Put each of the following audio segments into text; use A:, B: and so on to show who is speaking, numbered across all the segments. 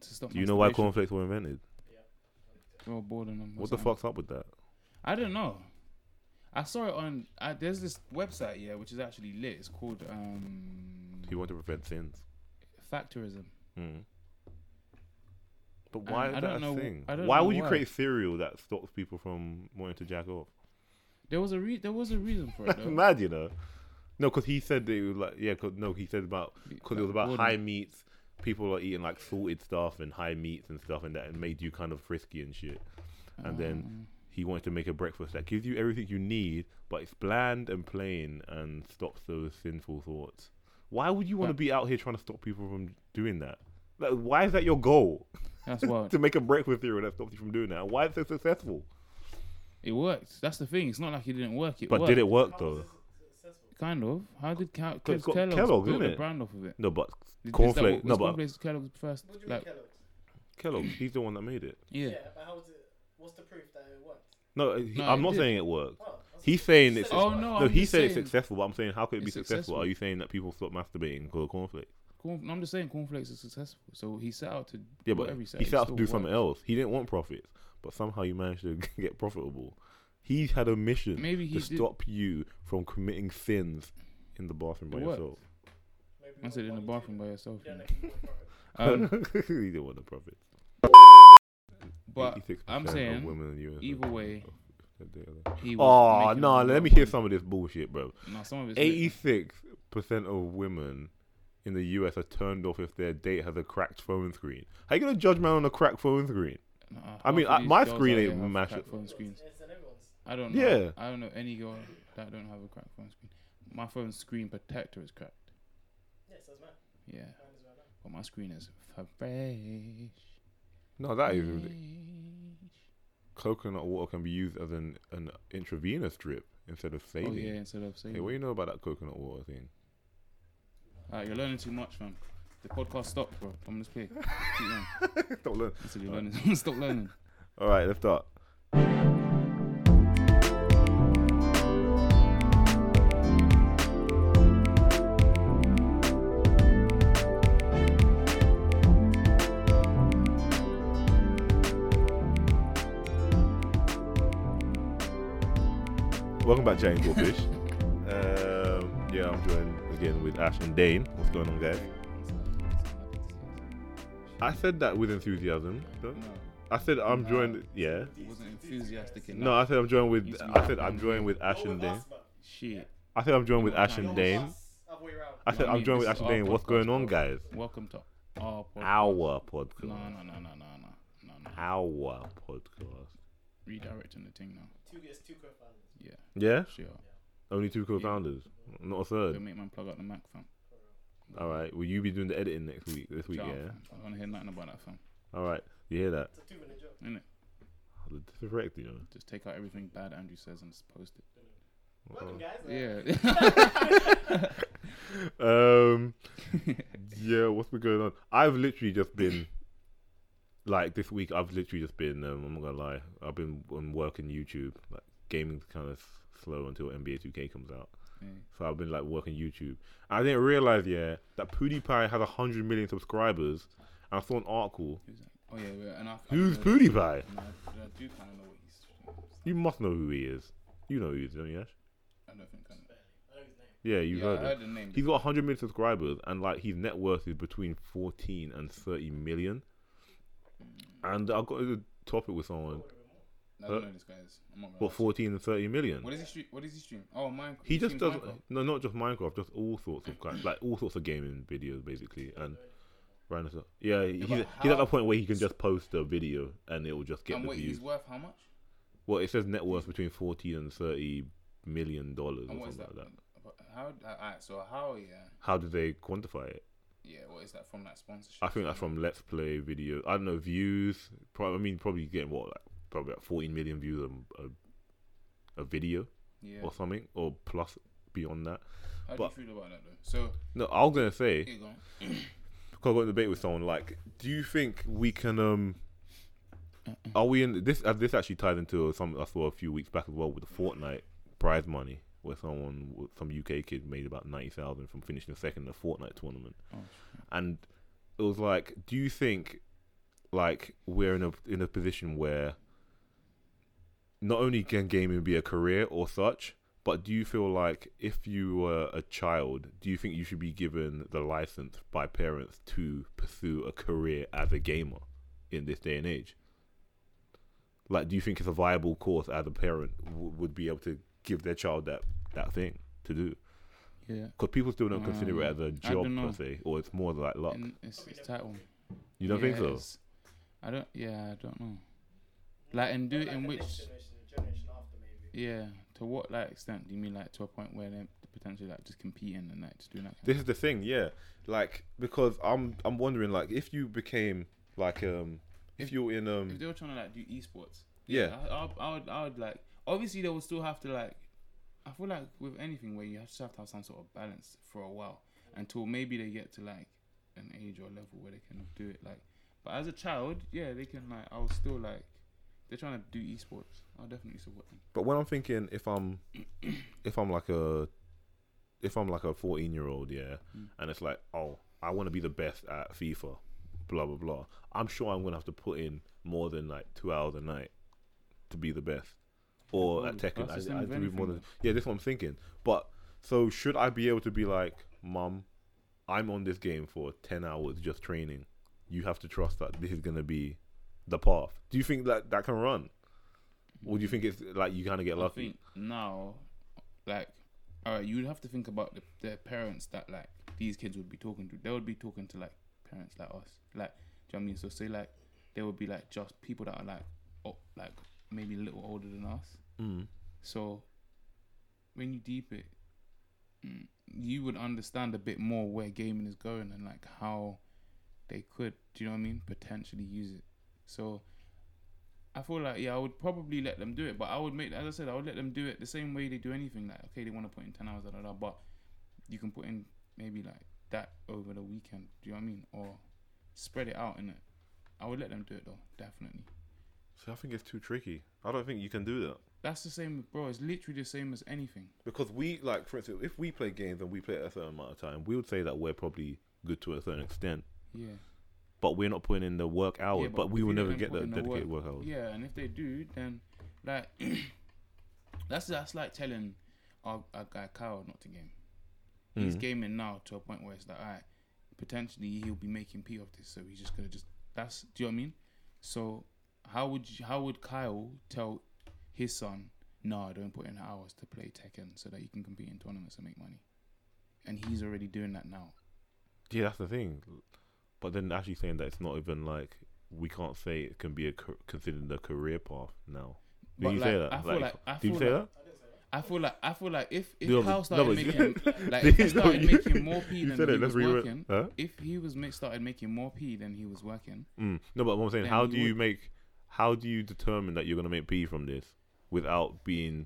A: stop.
B: Do you know why
A: masturbation.
B: cornflakes were invented?
A: They were bored and them or
B: What the
A: something.
B: fuck's up with that?
A: I don't know. I saw it on. I, there's this website yeah, which is actually lit. It's called um,
B: He wanted to prevent sins.
A: Factorism.
B: Mm. But why
A: Um,
B: is
A: I
B: that
A: don't
B: a
A: know-
B: thing?
A: I don't
B: why
A: know
B: would you
A: why.
B: create cereal that stops people from wanting to jack off?
A: There was a re- there was a reason for it.
B: That's
A: Though.
B: mad, you know. No, because he said they were like yeah. Cause, no, he said about because it was about
A: Boredom.
B: high meats. People are eating like salted stuff and high meats and stuff, and that and made you kind of frisky and shit. And
A: Mm.
B: then he wanted to make a breakfast that gives you everything you need, but it's bland and plain and stops those sinful thoughts. Why would you want to
A: But-
B: be out here trying to stop people from doing that? Like, why is that your goal
A: That's wild.
B: to make a breakfast cereal that stops you from doing that? And Why is it so successful?
A: It worked. That's the thing. It's not like it didn't work. It
B: But
A: worked.
B: did it work though?
A: Kind of. How did Cal-
B: it's got
A: Kellogg's
B: Kellogg,
A: built
B: innit?
A: the brand off of it?
B: No, but
A: Did- is that
B: cornflakes.
A: what-
B: No,
A: was
B: but
A: cornflakes Kellogg's first.
C: What do you mean
A: Like,
C: Kellogg's?
B: Kellogg. He's the one that made it.
A: yeah.
C: but how was it? What's the proof that it worked?
B: No, uh, he,
A: No,
B: I'm
A: it
B: not
A: did.
B: saying it worked.
C: Oh, that's-
B: He's saying
C: you
B: it's.
C: said
A: Oh
C: worked.
A: no.
B: no,
A: I'm
B: he
A: just
B: said it's
A: saying,
B: successful, but I'm saying how could it be
A: It's
B: successful?
A: successful.
B: Are you saying that people stop masturbating because of cornflakes?
A: corn- I'm just saying cornflakes are successful. So he set out to.
B: Yeah, but
A: whatever
B: he
A: it
B: set out to
A: still
B: do something
A: worked.
B: else. He didn't want profits, but somehow he managed to get profitable. He had a mission
A: Maybe he
B: to
A: did.
B: stop you from committing sins in the bathroom by
A: It worked.
B: yourself.
C: Maybe
A: I
C: not
A: said in the
C: what you
A: bathroom
C: do.
A: by yourself.
C: You don't know
A: yeah.
C: if you were right.
A: Um,
B: he didn't want the profits.
A: but
B: 86%
A: I'm
B: of
A: saying
B: women in the US
A: either
B: are-
A: way, he was
B: Oh
A: making
B: no!
A: them
B: Let
A: look
B: me E hear
A: good.
B: some of this bullshit, bro.
A: No, some of it's lit.
B: Eighty-six percent of women in the US are turned off if their date has a cracked phone screen. How you gonna judge man on a cracked phone screen?
A: Nah,
B: I mean,
A: half of
B: I-
A: these
B: my
A: girls
B: screen
A: out
B: ain't
A: here have
B: mash-
A: crack phone screens.
C: It's in everyone's.
A: I don't know.
B: Yeah.
A: I don't know any girl that don't have a cracked phone screen. My phone's screen protector is cracked.
C: Yeah, so it's mine.
A: Yeah,
C: Mine is right now.
A: but my screen is fresh.
B: No, that is
A: fresh.
B: coconut water can be used as an an intravenous drip instead of
A: Oh
B: saline.
A: yeah, instead of saying,
B: Hey, what do you know about that coconut water thing?
A: Alright, you're learning too much, man. The podcast stopped, bro. I'm gonna play. Keep going
B: Don't learn.
A: until you're learning. Stop learning.
B: All right, let's start. Welcome back, James Warfish. um, yeah, I'm joined again with Ash and Dane. What's going on, guys? I said that with enthusiasm.
A: No,
B: I said I'm joined. Yeah.
A: wasn't enthusiastic enough.
B: No, I said I'm joined
A: You
B: with.
A: two
B: I said
A: are-
B: I'm joined with Ash
C: You're
B: and
C: with
B: Dane.
C: us, man.
A: Shit.
B: I said I'm joined with Ash
C: You're
B: and
C: with
B: Dane.
C: us. Other way around.
B: I said
A: No, I
B: I'm
A: mean,
B: joined with
A: this
B: Ash
A: is
B: and
A: our
B: Dane. What's
A: podcast,
B: going on,
A: bro.
B: guys?
A: Welcome to our podcast.
B: Our
A: No,
B: podcast.
A: no, no, no, no, no, no, no.
B: Our podcast.
A: Redirecting the thing now.
C: Two gets two co-founders.
A: Yeah.
B: Yeah.
A: Shit. up.
B: Only two co-founders, not a
A: Don't
B: third.
A: make man plug up the Mac, fam.
B: All right. Will you be doing the editing next week? This week,
A: Ciao,
B: yeah.
A: fam. I don't want to hear nothing about that, fam.
B: All right. You hear that?
C: It's a two-minute job.
A: Innit?
B: The disrespect, you know.
A: Just take out everything bad Andrew says and just post it.
C: Welcome, guys. Uh,
A: Yeah.
B: Um. yeah. What's been going on? I've literally just been. Like this week, I've literally just been. Um, I'm not gonna lie. I've been on working YouTube. Like gaming's kind of slow until NBA 2K comes out.
A: Yeah.
B: So I've been like working YouTube. I didn't realize, yeah, that PewDiePie has 100 million subscribers. And I saw an article.
A: Who's that? Oh yeah, yeah, and I, I
B: Who's
A: know-
B: PewDiePie?
A: and I, and I do kind of know what he's.
B: You must know who he is. You know who he is, don't you, Ash?
A: I don't think I know.
C: I know his name.
B: Yeah, you've
A: yeah,
B: heard
A: I
B: him.
A: heard the name.
B: He's got 100 million subscribers, and like his net worth is between 14 and 30 million. And I got into a topic with someone.
A: I don't
B: huh?
A: know this guy is. I'm not gonna
B: What,
A: lie.
B: 14 and 30 million?
A: What is he stream? What is he stream? Oh, Minecraft.
B: He just
A: streams
B: does
A: Minecraft.
B: no, not just Minecraft, just all sorts of kind, like all sorts of gaming videos, basically. And Ryan is- yeah, he's,
A: but
B: he's at
A: how-
B: that point where he can just post a video and it will just get
A: And
B: the
A: what
B: views.
A: he's worth? How much?
B: Well, it says net worth between fourteen and thirty million dollars
A: And
B: or
A: what is
B: something
A: that?
B: like that.
A: About- How? uh, Alright, so how? Yeah,
B: How do they quantify it?
A: yeah. What is that from that sponsorship?
B: I think that's from Let's Play video. I don't know views. Probably, I mean, probably getting what like probably like fourteen million views a a, a video
A: Yeah.
B: or something, or plus beyond that.
A: How
B: but-
A: do you feel about that though? So
B: No, I was gonna say.
A: here you go.
B: because I got in a debate with someone. Like, do you think we can? um Are we in this? Uh, this actually ties into something I saw a few weeks back as well with the Fortnite prize money, where someone, some UK kid, made about ninety thousand from finishing second in a Fortnite tournament,
A: Oh,
B: and it was like, do you think like we're in a in a position where not only can gaming be a career or such, but do you feel like if you were a child, do you think you should be given the license by parents to pursue a career as a gamer in this day and age? Like, do you think it's a viable course as a parent w- would be able to give their child that that thing to do?
A: Yeah.
B: Because people still don't consider it
A: Um,
B: as a
A: I
B: job
A: don't
B: per
A: know.
B: se, or it's more like luck.
A: And it's, it's title.
B: You don't think
A: Yeah,
B: so?
A: it's- I don't. Yeah, I don't know. Like, and do it in
C: the
A: which-
C: next generation, the generation after maybe.
A: Yeah. To what like extent do you mean like to a point where they're potentially like just competing and like just doing that? Kind
B: This is the thing, yeah. Like because I'm I'm wondering like if you became like um if you're in
A: of, if
B: um
A: they were trying to like do esports,
B: yeah
A: I, I, I would, I would like. Obviously, they will still have to like. I feel like with anything where you have- just have to have some sort of balance for a while until maybe they get to like an age or level where they can do it. Like, but as a child, yeah, they can like. I was still like. They're trying to do esports. I'll definitely support them.
B: but when I'm thinking if I'm if I'm like a if I'm like a 14 year old yeah
A: Mm.
B: and it's like oh I want to be the best at FIFA blah blah blah I'm sure I'm gonna have to put in more than like two hours a night to be the best or
A: Well,
B: at Tekken
A: that's the
B: I,
A: same
B: I
A: with
B: do
A: anything,
B: more than yeah that's what I'm thinking but so should I be able to be like mum I'm on this game for 10 hours just training you have to trust that this is gonna be the path do you think that that can run or do you think it's like you kind of get
A: I
B: lucky
A: think now, like, all right, you'd have to think about the, the parents that like these kids would be talking to. They would be talking to like parents like us, like, do you know what I mean? So say like they would be like just people that are like, oh, like maybe a little older than us.
B: Mm.
A: So when you deep it, mm, you would understand a bit more where gaming is going and like how they could, do you know what I mean? Potentially use it. So I feel like yeah, I would probably let them do it, but I would make, as I said, I would let them do it the same way they do anything. Like okay, they want to put in ten hours, da, da, da, but you can put in maybe like that over the weekend. Do you know what I mean? Or spread it out in it. I would let them do it though, definitely.
B: See, I think it's too tricky. I don't think you can do that
A: That's the same, bro. It's literally the same as anything.
B: because we like, for instance, if we play games and we play it a certain amount of time, we would say that we're probably good to a certain extent,
A: Yeah.
B: but we're not putting in the work hours.
A: Yeah,
B: but,
A: but
B: we
A: if
B: will
A: you
B: never
A: don't
B: get
A: put
B: that
A: in the
B: dedicated work, hours.
A: Yeah, and if they do, then like that's that's like telling our, our guy Kyle not to game. He's
B: Mm.
A: gaming now to a point where it's like, alright, potentially he'll be making p off this, so he's just gonna just that's do you know what I mean? So how would you, how would Kyle tell his son, no, don't put in hours to play Tekken so that you can compete in tournaments and make money, and he's already doing that now.
B: Yeah, that's the thing. But then actually saying that it's not even like we can't say it can be a car- considered a career path now. Did
A: But
B: you
A: like,
B: say that?
A: I feel like- I
B: did you
A: feel
B: say
C: I didn't say
A: like-
B: that?
C: that.
A: I feel like I feel like if if
B: No, but-
A: Kyle
B: no,
A: started
B: but-
A: making like if he
B: No,
A: started
B: you-
A: making more p
B: You
A: than
B: said
A: he
B: it.
A: was
B: That's where you
A: working,
B: went. Huh?
A: if he was ma- started making more p than he was working,
B: Mm. No, but what I'm saying,
A: Then
B: how
A: you
B: do you make, how do you determine that you're gonna make P from this without being,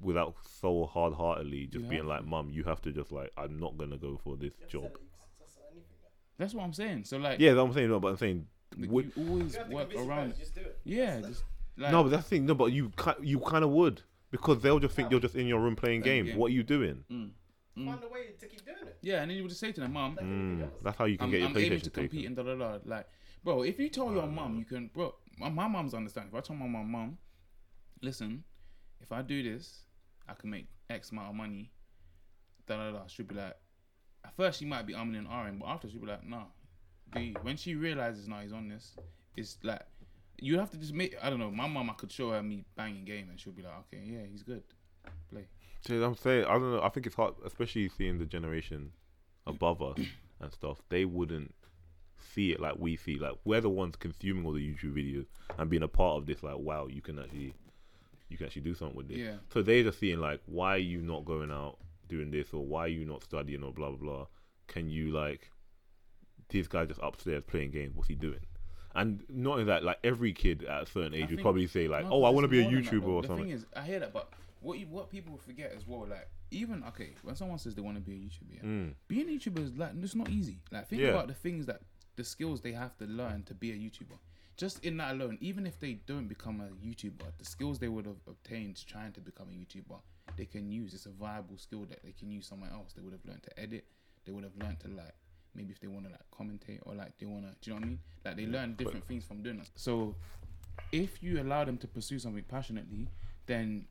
B: without so hard heartedly just
A: You
B: being
A: have
B: like,
A: to.
B: mum, you have to just like, I'm not gonna go for this
C: You have to
B: job.
C: sell it, you can sell anything. like.
A: that's what I'm saying. So like,
B: Yeah, that's what I'm saying. No, but I'm saying,
A: like,
B: would,
A: you
C: You
A: always
C: have to
A: work
C: convince your
A: around.
C: parents,
A: it.
C: Just do it.
A: Yeah,
C: That's-
A: just like
B: no, but that's the thing. No, but you ki- you kind of would because they'll just think
C: No.
B: you're just in your room playing
A: Playing
B: games.
A: game.
B: What are you doing?
A: mm, mm.
C: Find a way to keep doing it.
A: yeah, and then you would just say to them, mom,
C: Like anything
B: Mm,
C: else.
B: that's how you can
A: I'm,
B: get your
A: I'm able
B: PlayStation Uh,
A: to
B: taken.
A: compete and da da da. Like, bro, if you tell your mom, you can, bro. My, my mom's understanding. If I tell my mom, mom, listen, if I do this, I can make X amount of money. Da da da. She'll be like, at first she might be umming and ahhing, but after she'll be like, nah. Do you? When she realizes now he's on this, it's like you have to just make. I don't know. My mom, I could show her me banging game, and she'll be like, okay, yeah, he's good. Play.
B: Dude, I'm saying I don't know. I think it's hard, especially seeing the generation above us and stuff. They wouldn't see it like we see. Like we're the ones consuming all the YouTube videos and being a part of this. Like wow, you can actually, you can actually do something with this.
A: Yeah.
B: So they're just seeing like why are you not going out doing this or why are you not studying or blah blah blah. Can you like this guy just upstairs playing games? What's he doing? And not only that, like every kid at a certain age would
A: think-
B: probably say like,
A: No,
B: oh,
A: 'cause
B: I
A: it's
B: want to be a
A: more than that,
B: YouTuber
A: though.
B: or
A: the
B: something.
A: thing is, I hear that, but what you, what people forget as well, like even okay, when someone says they want to be a YouTuber, yeah,
B: Mm.
A: being a YouTuber is like it's not easy. Like think
B: Yeah.
A: about the things that the skills they have to learn to be a YouTuber. Just in that alone, even if they don't become a YouTuber, the skills they would have obtained trying to become a YouTuber, they can use. It's a viable skill that they can use somewhere else. They would have learned to edit. They would have learned to like maybe if they want to like commentate or like they want to, do you know what I mean? Like they
B: Yeah,
A: learn different things from doing that. So if you allow them to pursue something passionately, then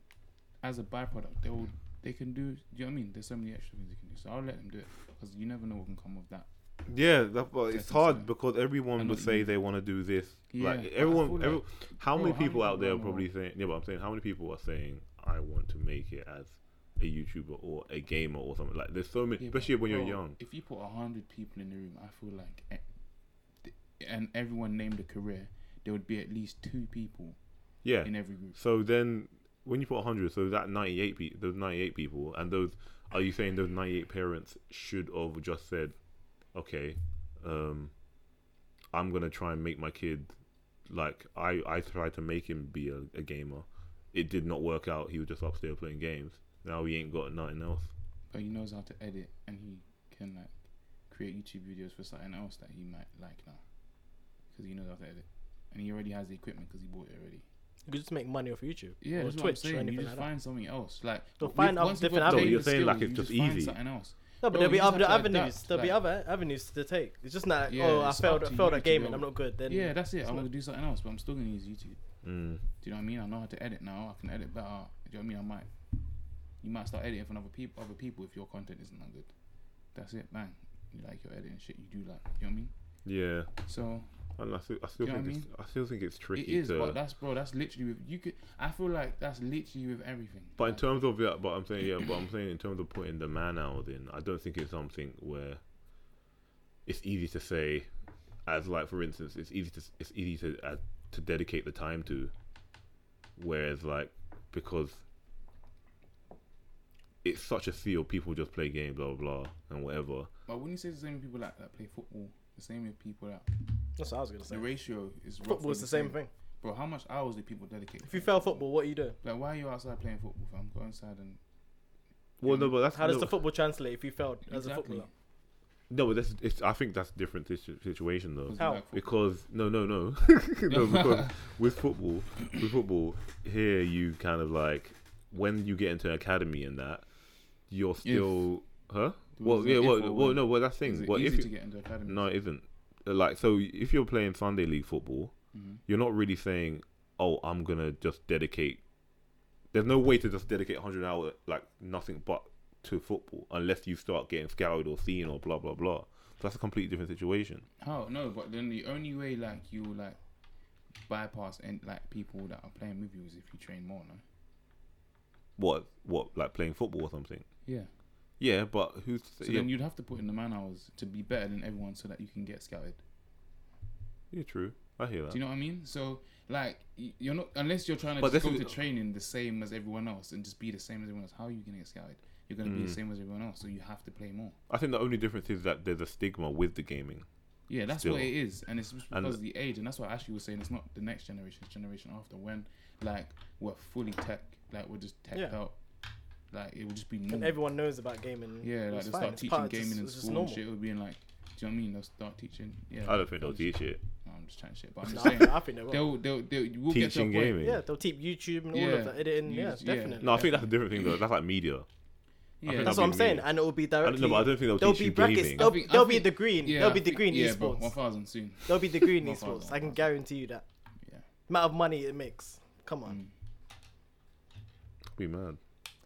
A: as a byproduct, they will they can do. Do you know what I mean? There's so many extra things you can do. So I'll let them do it because you never know what can come of that.
B: Yeah, that, but it's
A: Definitely.
B: hard because everyone
A: And
B: would
A: not
B: say
A: you.
B: they want to do this.
A: Yeah,
B: like
A: but I
B: everyone,
A: feel
B: every,
A: like-
B: how
A: bro,
B: many
A: how many
B: people out there are
A: people are
B: probably saying? Yeah, but I'm saying how many people are saying I want to make it as a YouTuber or a gamer or something. Like there's so many,
A: Yeah, but
B: especially when you're
A: bro,
B: young.
A: If you put a hundred people in the room, I feel like, e- and everyone named a career, there would be at least two people
B: Yeah.
A: in every group.
B: So then, when you put 100, so that 98 pe- those 98 people, and those, are you saying those 98 parents should have just said, okay, um, I'm gonna try and make my kid, like I I tried to make him be a, a gamer, it did not work out. He was just upstairs playing games. Now he ain't got nothing else.
A: But he knows how to edit, and he can like create YouTube videos for something else that he might like now, because he knows how to edit, and he already has the equipment because he bought it already.
D: You could just make money off YouTube.
A: Yeah,
D: or
A: that's
D: Twitch
A: what I'm
D: or
A: saying. You
D: anything
A: just
D: like that.
A: find something else, like
D: So
A: with-
D: find out
A: once you've
D: different
A: got the
D: avenues. No,
B: you're saying, like,
A: skills,
B: it's
A: you
B: just
A: find
B: easy.
A: something else.
D: No, but
A: Bro,
D: there'll
A: you
D: be
A: just
D: other
A: have to
D: avenues.
A: adapt,
D: there'll be
A: like-
D: other avenues to take. It's just not like,
A: Yeah,
D: oh, I
A: it's up
D: failed, I
A: to you
D: failed
A: to
D: at
A: be
D: gaming.
A: able-
D: I'm not good. Then
A: yeah, that's it. I
D: it's
A: want
D: not-
A: to do something else, but I'm still gonna use YouTube. Do
B: Mm.
A: you know what I mean? I know how to edit now. I can edit better. Do you know what I mean? I might, you might start editing from other people. Other people, if your content isn't that good, that's it. Bang. You like your editing shit. You do like. Do you know what I mean?
B: Yeah,
A: So
B: and I still, I still
A: Do you know what I
B: think it's, I still think it's tricky.
A: it is,
B: to,
A: but that's bro. That's literally with you could. I feel like that's literally with everything.
B: But in
A: Like,
B: terms of yeah, but I'm saying yeah, but I'm saying in terms of putting the man hours in, I don't think it's something where it's easy to say, as like for instance, it's easy to it's easy to uh, to dedicate the time to, whereas like because it's such a sea of people just play game blah blah blah and whatever.
A: but when you say the same people like that play football, the same with people that
D: That's what I was gonna say.
A: the ratio is roughly
D: Football's the same thing.
A: Bro, how much hours do people dedicate?
D: If you fail football, what do you do?
A: like why are you outside playing football? Fam, go inside and
B: Well, no, but that's
D: How does
B: no,
D: the football translate if you failed as a
A: Exactly.
D: footballer?
B: no, but that's it's. I think that's different situ- situation though.
A: 'cause you
D: How?
A: like football.
B: because no no no no because with football with football here you kind of like when you get into academy and that you're still huh well
A: is it
B: yeah
A: if
B: well,
A: or
B: well
A: when?
B: no well that's the
A: Is
B: thing
A: it
B: well
A: easy
B: if
A: to
B: you,
A: get into academy?
B: no it isn't like so if you're playing sunday league football
A: Mhm.
B: you're not really saying oh i'm gonna just dedicate there's no way to just dedicate 100 hours like nothing but to football unless you start getting scouted or seen or blah blah blah so that's a completely different situation
A: How? No, but then the only way like you will, like bypass and like people that are playing with you is if you train more, no?
B: what what like playing football or something
A: Yeah.
B: Yeah, but who's
A: So
B: yeah,
A: then you'd have to put in the man hours to be better than everyone so that you can get scouted.
B: yeah, true. I hear that.
A: Do you know what I mean? So like y- you're not unless you're trying to
B: But
A: just
B: this
A: go
B: is-
A: to training the same as everyone else and just be the same as everyone else. How are you gonna get scouted? You're gonna be the
B: Mm.
A: same as everyone else, so you have to play more.
B: I think the only difference is that there's a stigma with the gaming.
A: Yeah, that's
B: Still.
A: what it is, and it's just
B: And-
A: because of the age, and that's what Ashley was saying. It's not the next generation; it's generation after when, like, we're fully tech, like we're just teched
D: Yeah.
A: out, like it would just be
D: And
A: normal.
D: everyone knows about gaming.
A: yeah, like
D: It's
A: they
D: fine.
A: start
D: It's
A: teaching
D: part- it's
A: gaming
D: just-
A: in
D: it's just
A: school and
D: normal.
A: shit. It would be in like, do you know what I mean? They'll start teaching. Yeah,
B: I don't think they'll
A: I'm just-
B: teach it.
A: No, I'm just trying to shit, but I'm
D: No,
A: just
D: I
A: saying
D: think- I think they will.
A: they'll they'll they'll you will get to a
B: Teaching
A: point.
B: gaming.
D: Yeah, they'll teach YouTube and all
A: Yeah.
D: of that editing.
A: You
D: Yeah,
A: just- yeah.
D: definitely.
B: No, I think that's a different thing though. That's like media.
A: Yeah,
B: think
D: That's
B: that'd
D: what
B: be
D: I'm saying,
B: weird.
D: and it will be
B: I don't
D: directly.
B: know, but I don't think they'll
D: There'll
B: teach
D: be
B: you
D: brackets.
B: gaming.
D: There'll,
A: I think- I
D: there'll be
A: think-
D: the green.
A: yeah,
D: there'll
A: I
D: be the
A: think-
D: green
A: yeah, bro,
D: esports.
A: One thousand soon.
D: There'll be the green
A: One thousand,
D: esports.
A: one
D: I can
A: thousand.
D: guarantee you that.
A: Yeah.
D: Amount of money it makes. Come on.
A: Mm.
B: Be mad.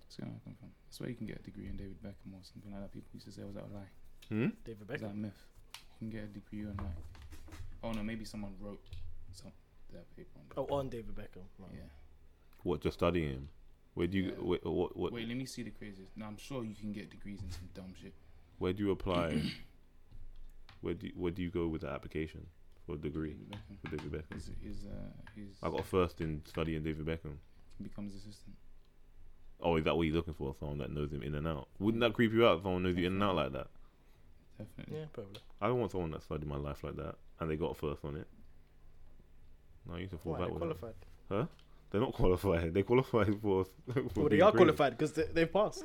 A: It's gonna happen. fam. That's where you can get a degree in David Beckham or something like that. People used to say was that a lie.
B: Hmm?
D: David
A: Is that
D: Beckham.
A: a myth? You can get a degree on like. Oh no, maybe someone wrote some their paper on.
D: Oh, on David Beckham. Right.
A: Yeah.
B: What just studying him? Where do you
A: Yeah.
B: where, what, what,
A: Wait, let me see the craziest. No, I'm sure you can get degrees in some dumb shit.
B: where do you apply? where do you, where do you go with the application for a degree
A: David Beckham.
B: for David Beckham?
A: He's, he's, uh, he's
B: I got first in studying David Beckham.
A: becomes assistant.
B: Oh, is that what you're looking for? Someone that knows him in and out. Wouldn't that creep you out if someone knows you in and out like that?
A: Definitely.
D: Yeah, probably.
B: I don't want someone that started my life like that and they got first on it. No, you can fall
D: Why,
B: back
D: they're
B: with them.
D: qualified.
B: They're not qualified. They qualify for. for
D: Well, they
B: being
D: are
B: great.
D: qualified because they, they've passed.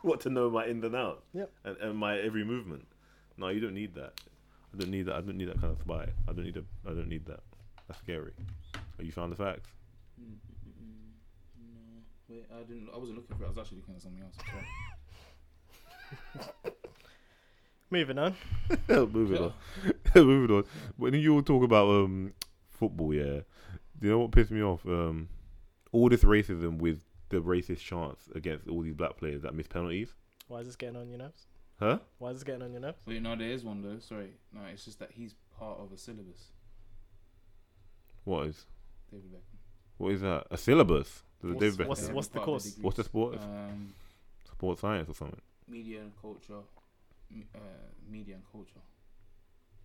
B: What to know my ins and outs.
D: Yep.
B: And, and my every movement. No, you don't need that. I don't need that. I don't need that kind of spy. I don't need a. I don't need that. That's scary. So you found the facts.
A: Mm, No, mm. wait, I didn't. I wasn't looking for it. I was actually looking at something else.
D: Moving on.
B: Moving
A: Yeah.
B: on. Moving on. When you all talk about um football, yeah, do you know what pissed me off? Um, all this racism with the racist chants against all these black players that miss penalties,
D: Why is this getting on your nerves?
B: huh?
D: Why is this getting on your nerves?
A: Wait, no, there is one though. Sorry, no, it's just that he's part of a syllabus.
B: What is
A: David Beckham.
B: what is that? A syllabus? The
D: What's-
B: David Beckham
D: what's- uh,
B: one?
A: Yeah,
D: what's the
A: part of
D: course?
A: degrees.
B: What's the sport?
A: Um,
B: Sports science or something?
A: media and culture. M- Uh, media and culture.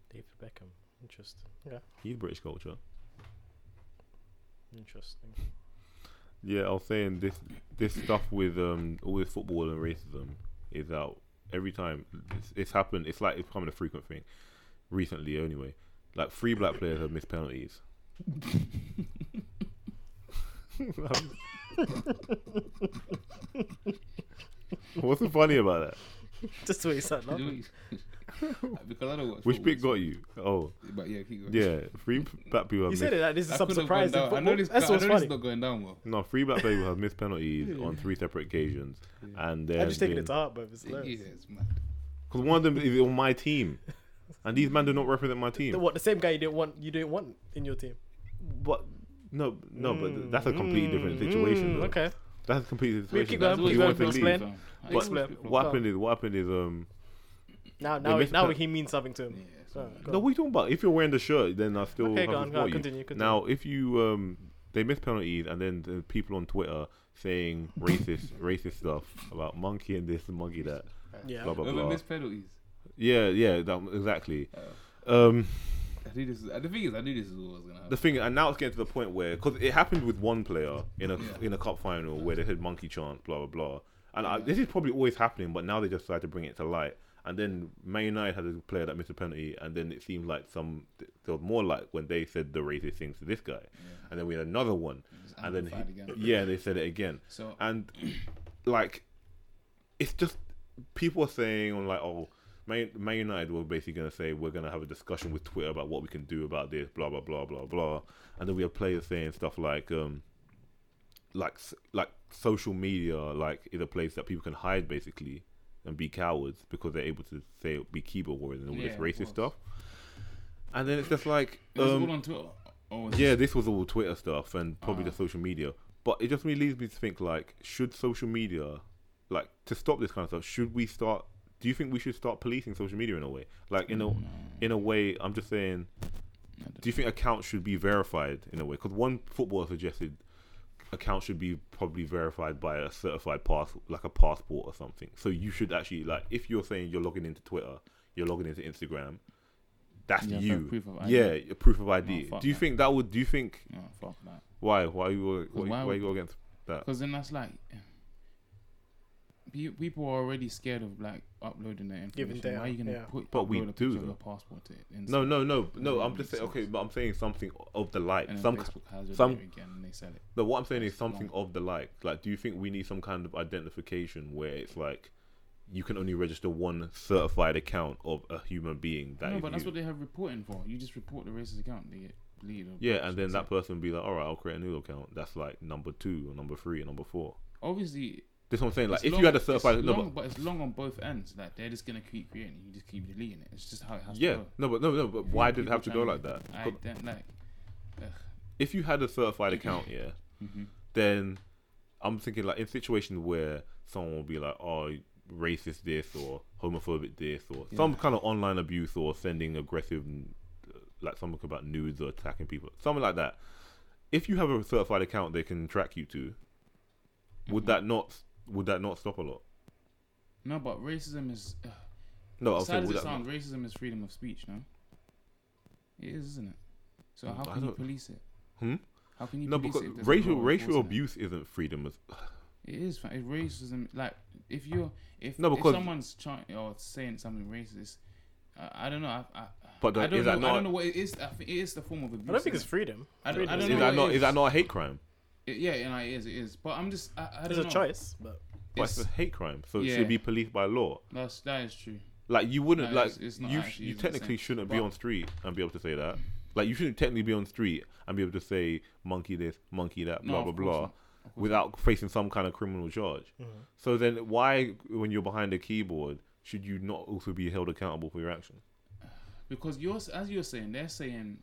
D: David Beckham. Interesting. Yeah.
B: He's British culture.
D: Interesting.
B: Yeah, I was saying this this stuff with um all this football and racism is out every time. It's, it's happened. It's like it's becoming a frequent thing. Recently, anyway, like three black players have missed penalties. What's so funny about that?
D: Just the way you said
A: Did
D: laughing.
A: we- because I don't watch.
B: Which
A: football,
B: bit
A: so-
B: got you? Oh,
A: But yeah, keep going.
B: yeah, three black people
D: You
B: have
D: said
B: missed.
D: it like this is
A: That
D: some
A: could have
D: surprise.
A: gone
D: in
A: down. I know
D: football.
A: this.
D: That's
A: I
D: what's
A: know this
D: funny.
A: is not going down well.
B: No, three black people have missed penalties on three separate occasions, and
D: I'm
B: they're
D: just taking it to heart, bro. It's
A: It
D: hilarious.
A: is mad.
B: because one of them is on my team, and these men do not represent my team.
D: The- What the same guy you didn't want? You didn't want in your team?
B: What? No, no, but th- that's a completely different situation.
D: Mm,
B: though.
D: okay.
B: That's a completely different
D: keep
B: situation.
D: going,
B: That's
D: keep
B: you
D: going,
B: want to
D: we'll
B: leave.
D: explain.
A: I
D: What-
A: explain.
B: What happened is what happened is um.
D: Now,
B: They
D: now,
B: missed
D: now
B: that.
D: he means something to him.
A: Yeah, it's
D: Oh,
A: mad.
D: go
B: No,
D: on.
B: what are you talking about? If you're wearing the shirt, then I still
D: Okay,
B: have
D: go
B: to
D: on, go
B: support
D: on,
B: you.
D: continue, continue.
B: Now, if you um, they miss penalties, and then the people on Twitter saying racist, racist stuff about monkey and this and monkey that,
D: yeah.
B: blah blah
A: Over
B: blah.
A: missed penalties.
B: Yeah, yeah, that, exactly.
A: Oh.
B: Um,
A: I knew this. The thing is, I knew this was what was gonna
B: the
A: happen.
B: thing, and now it's getting to the point where because it happened with one player in a
A: Yeah.
B: in a cup final where they said monkey chant, blah blah blah, and I, this is probably always happening, but now they just decided to bring it to light. And then Man United had a player that missed a penalty, and then it seemed like some there was more like when they said the racist things to this guy, and then we had another one,
A: It's
B: and then
A: amplified
B: he-
A: again.
B: yeah, they said it again,
A: So
B: and like it's just people are saying on like oh. Man, Man United were basically going to say we're going to have a discussion with Twitter about what we can do about this, blah blah blah blah blah, and then we have players saying stuff like, um, like s- like social media like is a place that people can hide basically and be cowards because they're able to say be keyboard warriors and all
A: Yeah,
B: this
A: of
B: racist
A: course.
B: stuff, and then it's just like,
A: it was
B: um,
A: all on Twitter. Oh, it's-
B: yeah, this was all Twitter stuff and probably
A: Ah.
B: the social media. But it just really leads me to think like, should social media, like, to stop this kind of stuff, should we start? Do you think we should start policing social media in a way? Like in a
A: Mm.
B: in a way, I'm just saying. Do you think accounts should be verified in a way? Because one footballer suggested accounts should be probably verified by a certified pass, like a passport or something. So you should actually like, if you're saying you're logging into Twitter, you're logging into Instagram. That's
A: You have to
B: you.
A: have proof of ID.
B: Yeah, a proof of ID.
A: fuck
B: do you
A: that.
B: think that would? Do you think
A: No, Oh, fuck that.
B: why? Why you were- why,
A: why
B: why,
A: would-
B: you go against that?
A: Because then that's like, pe- people are already scared of like uploading their
D: Giving
A: information. Why are you
D: data,
A: gonna
D: yeah.
A: put
B: But we
A: upload a
B: do,
A: picture of
B: though.
A: your passport to Insta
B: No, no, no, no.
A: Doesn't
B: I'm
A: make
B: just saying.
A: sense.
B: Okay, but I'm saying something of the like.
A: And then
B: Some.
A: Facebook has it
B: some-
A: there again and they sell it.
B: No, what I'm saying is
A: That's wrong.
B: something of the like. Like, do you think we need some kind of identification where it's like you can only register one certified account of a human being that
A: no,
B: is
A: but that's
B: you?
A: what they have reporting for. You just report the racist account, they get deleted. or
B: yeah, and then
A: that's
B: that
A: it.
B: person be like, all right, I'll create a new account. That's like number two or number three or number four.
A: obviously
B: This is what I'm saying. Like,
A: it's
B: if
A: long-
B: you had a certified,
A: it's
B: no,
A: long,
B: but,
A: but it's long on both ends. Like they're just gonna keep creating, it. you just keep deleting it. It's just how it has
B: yeah,
A: to go.
B: no, but no, no, but why did it
A: People
B: have to go
A: trying
B: like that?
A: I
B: 'Cause
A: don't like.
B: If you had a certified account, yeah,
A: Mhm.
B: then I'm thinking like in situations where someone will be like, "Oh, racist this or homophobic this or some kind of online abuse or sending aggressive, uh, like something about nudes or attacking people, something like that." If you have a certified account, they can track you to. Would that not? Would that not stop a lot?
A: No, but racism is. Ugh.
B: No, I'm
A: As sad
B: saying
A: as
B: would
A: it
B: that.
A: sounds, racism is freedom of speech. No, it is, isn't it? So how
B: Mm, I
A: can you
B: don't-
A: police it?
B: Hmm?
A: How can you
B: No,
A: police
B: because
A: it? if there's no
B: racial
A: law
B: racial
A: enforcing it?
B: abuse is isn't freedom. Of,
A: It is. fa- It's racism. Like if you're if,
B: No,
A: if
B: because-
A: someone's trying or saying something racist, I, I don't know. I, I,
B: But
A: I
B: that-
A: don't
B: is
A: know.
B: that
A: I
B: not-
A: don't know what it is. I think it is the form of abuse.
D: I don't think it's
A: isn't
D: freedom.
A: it? I don't, I
D: freedom.
A: don't
B: is
A: know.
B: that
A: what
B: not?
A: it
B: Is that not a hate crime?
A: It- yeah, and I, it is. It is. But I'm just. I, I don't
D: It's
A: know.
D: a choice, but
B: But it's,
A: It's-
B: a hate crime, so it
A: Yeah.
B: should be policed by law.
A: That's that is true.
B: Like you wouldn't
A: No,
B: like
A: it's- it's not
B: you
A: actually
B: you
A: even the same.
B: technically shouldn't be
A: But-
B: on street and be able to say that. Like you shouldn't technically be on street and be able to say monkey this, monkey that,
A: No,
B: blah
A: of
B: blah
A: course
B: blah,
A: not. Of course
B: without facing some kind of criminal charge. So then, why when you're behind a keyboard should you not also be held accountable for your actions?
A: because you're as you're saying they're saying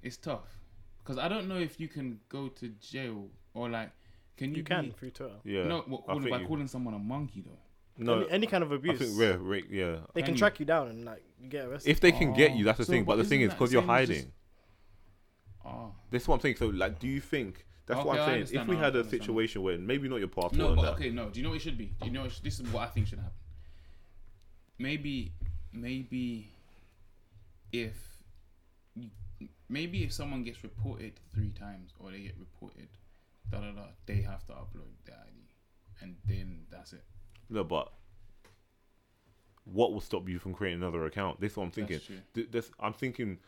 A: it's tough because I don't know if you can go to jail or like can you,
D: You can
A: be-
D: through Twitter.
B: Yeah.
A: no what,
B: I
A: calling,
B: think
A: by
B: you-
A: calling someone a monkey though
B: no.
D: any, any kind of
B: I
D: abuse.
B: think yeah, rape, yeah.
D: They can
A: Can you-
D: track you down and like you get arrested.
B: If they can get you,
A: Oh,
B: that's the
A: so
B: thing. But
A: what-
B: the thing
A: isn't
B: is,
A: that
B: because you're
A: same as just-
B: hiding.
A: oh
B: This is what I'm saying. So, like, do you think that's
A: Okay,
B: what
A: I
B: I'm saying? If
A: understand
B: we
A: now,
B: had
A: I
B: a
A: understand now.
B: situation where maybe not your passport,
A: No,
B: and
A: but
B: that,
A: okay, no. Do you know what it should be? Do you know what sh- this is what I think should happen? Maybe, maybe if you, maybe if someone gets reported three times or they get reported, da da da, they have to upload their ID, and then that's it.
B: no, but what will stop you from creating another account? This is what I'm thinking.
A: That's true. Mm-hmm.
B: Th- this, I'm thinking.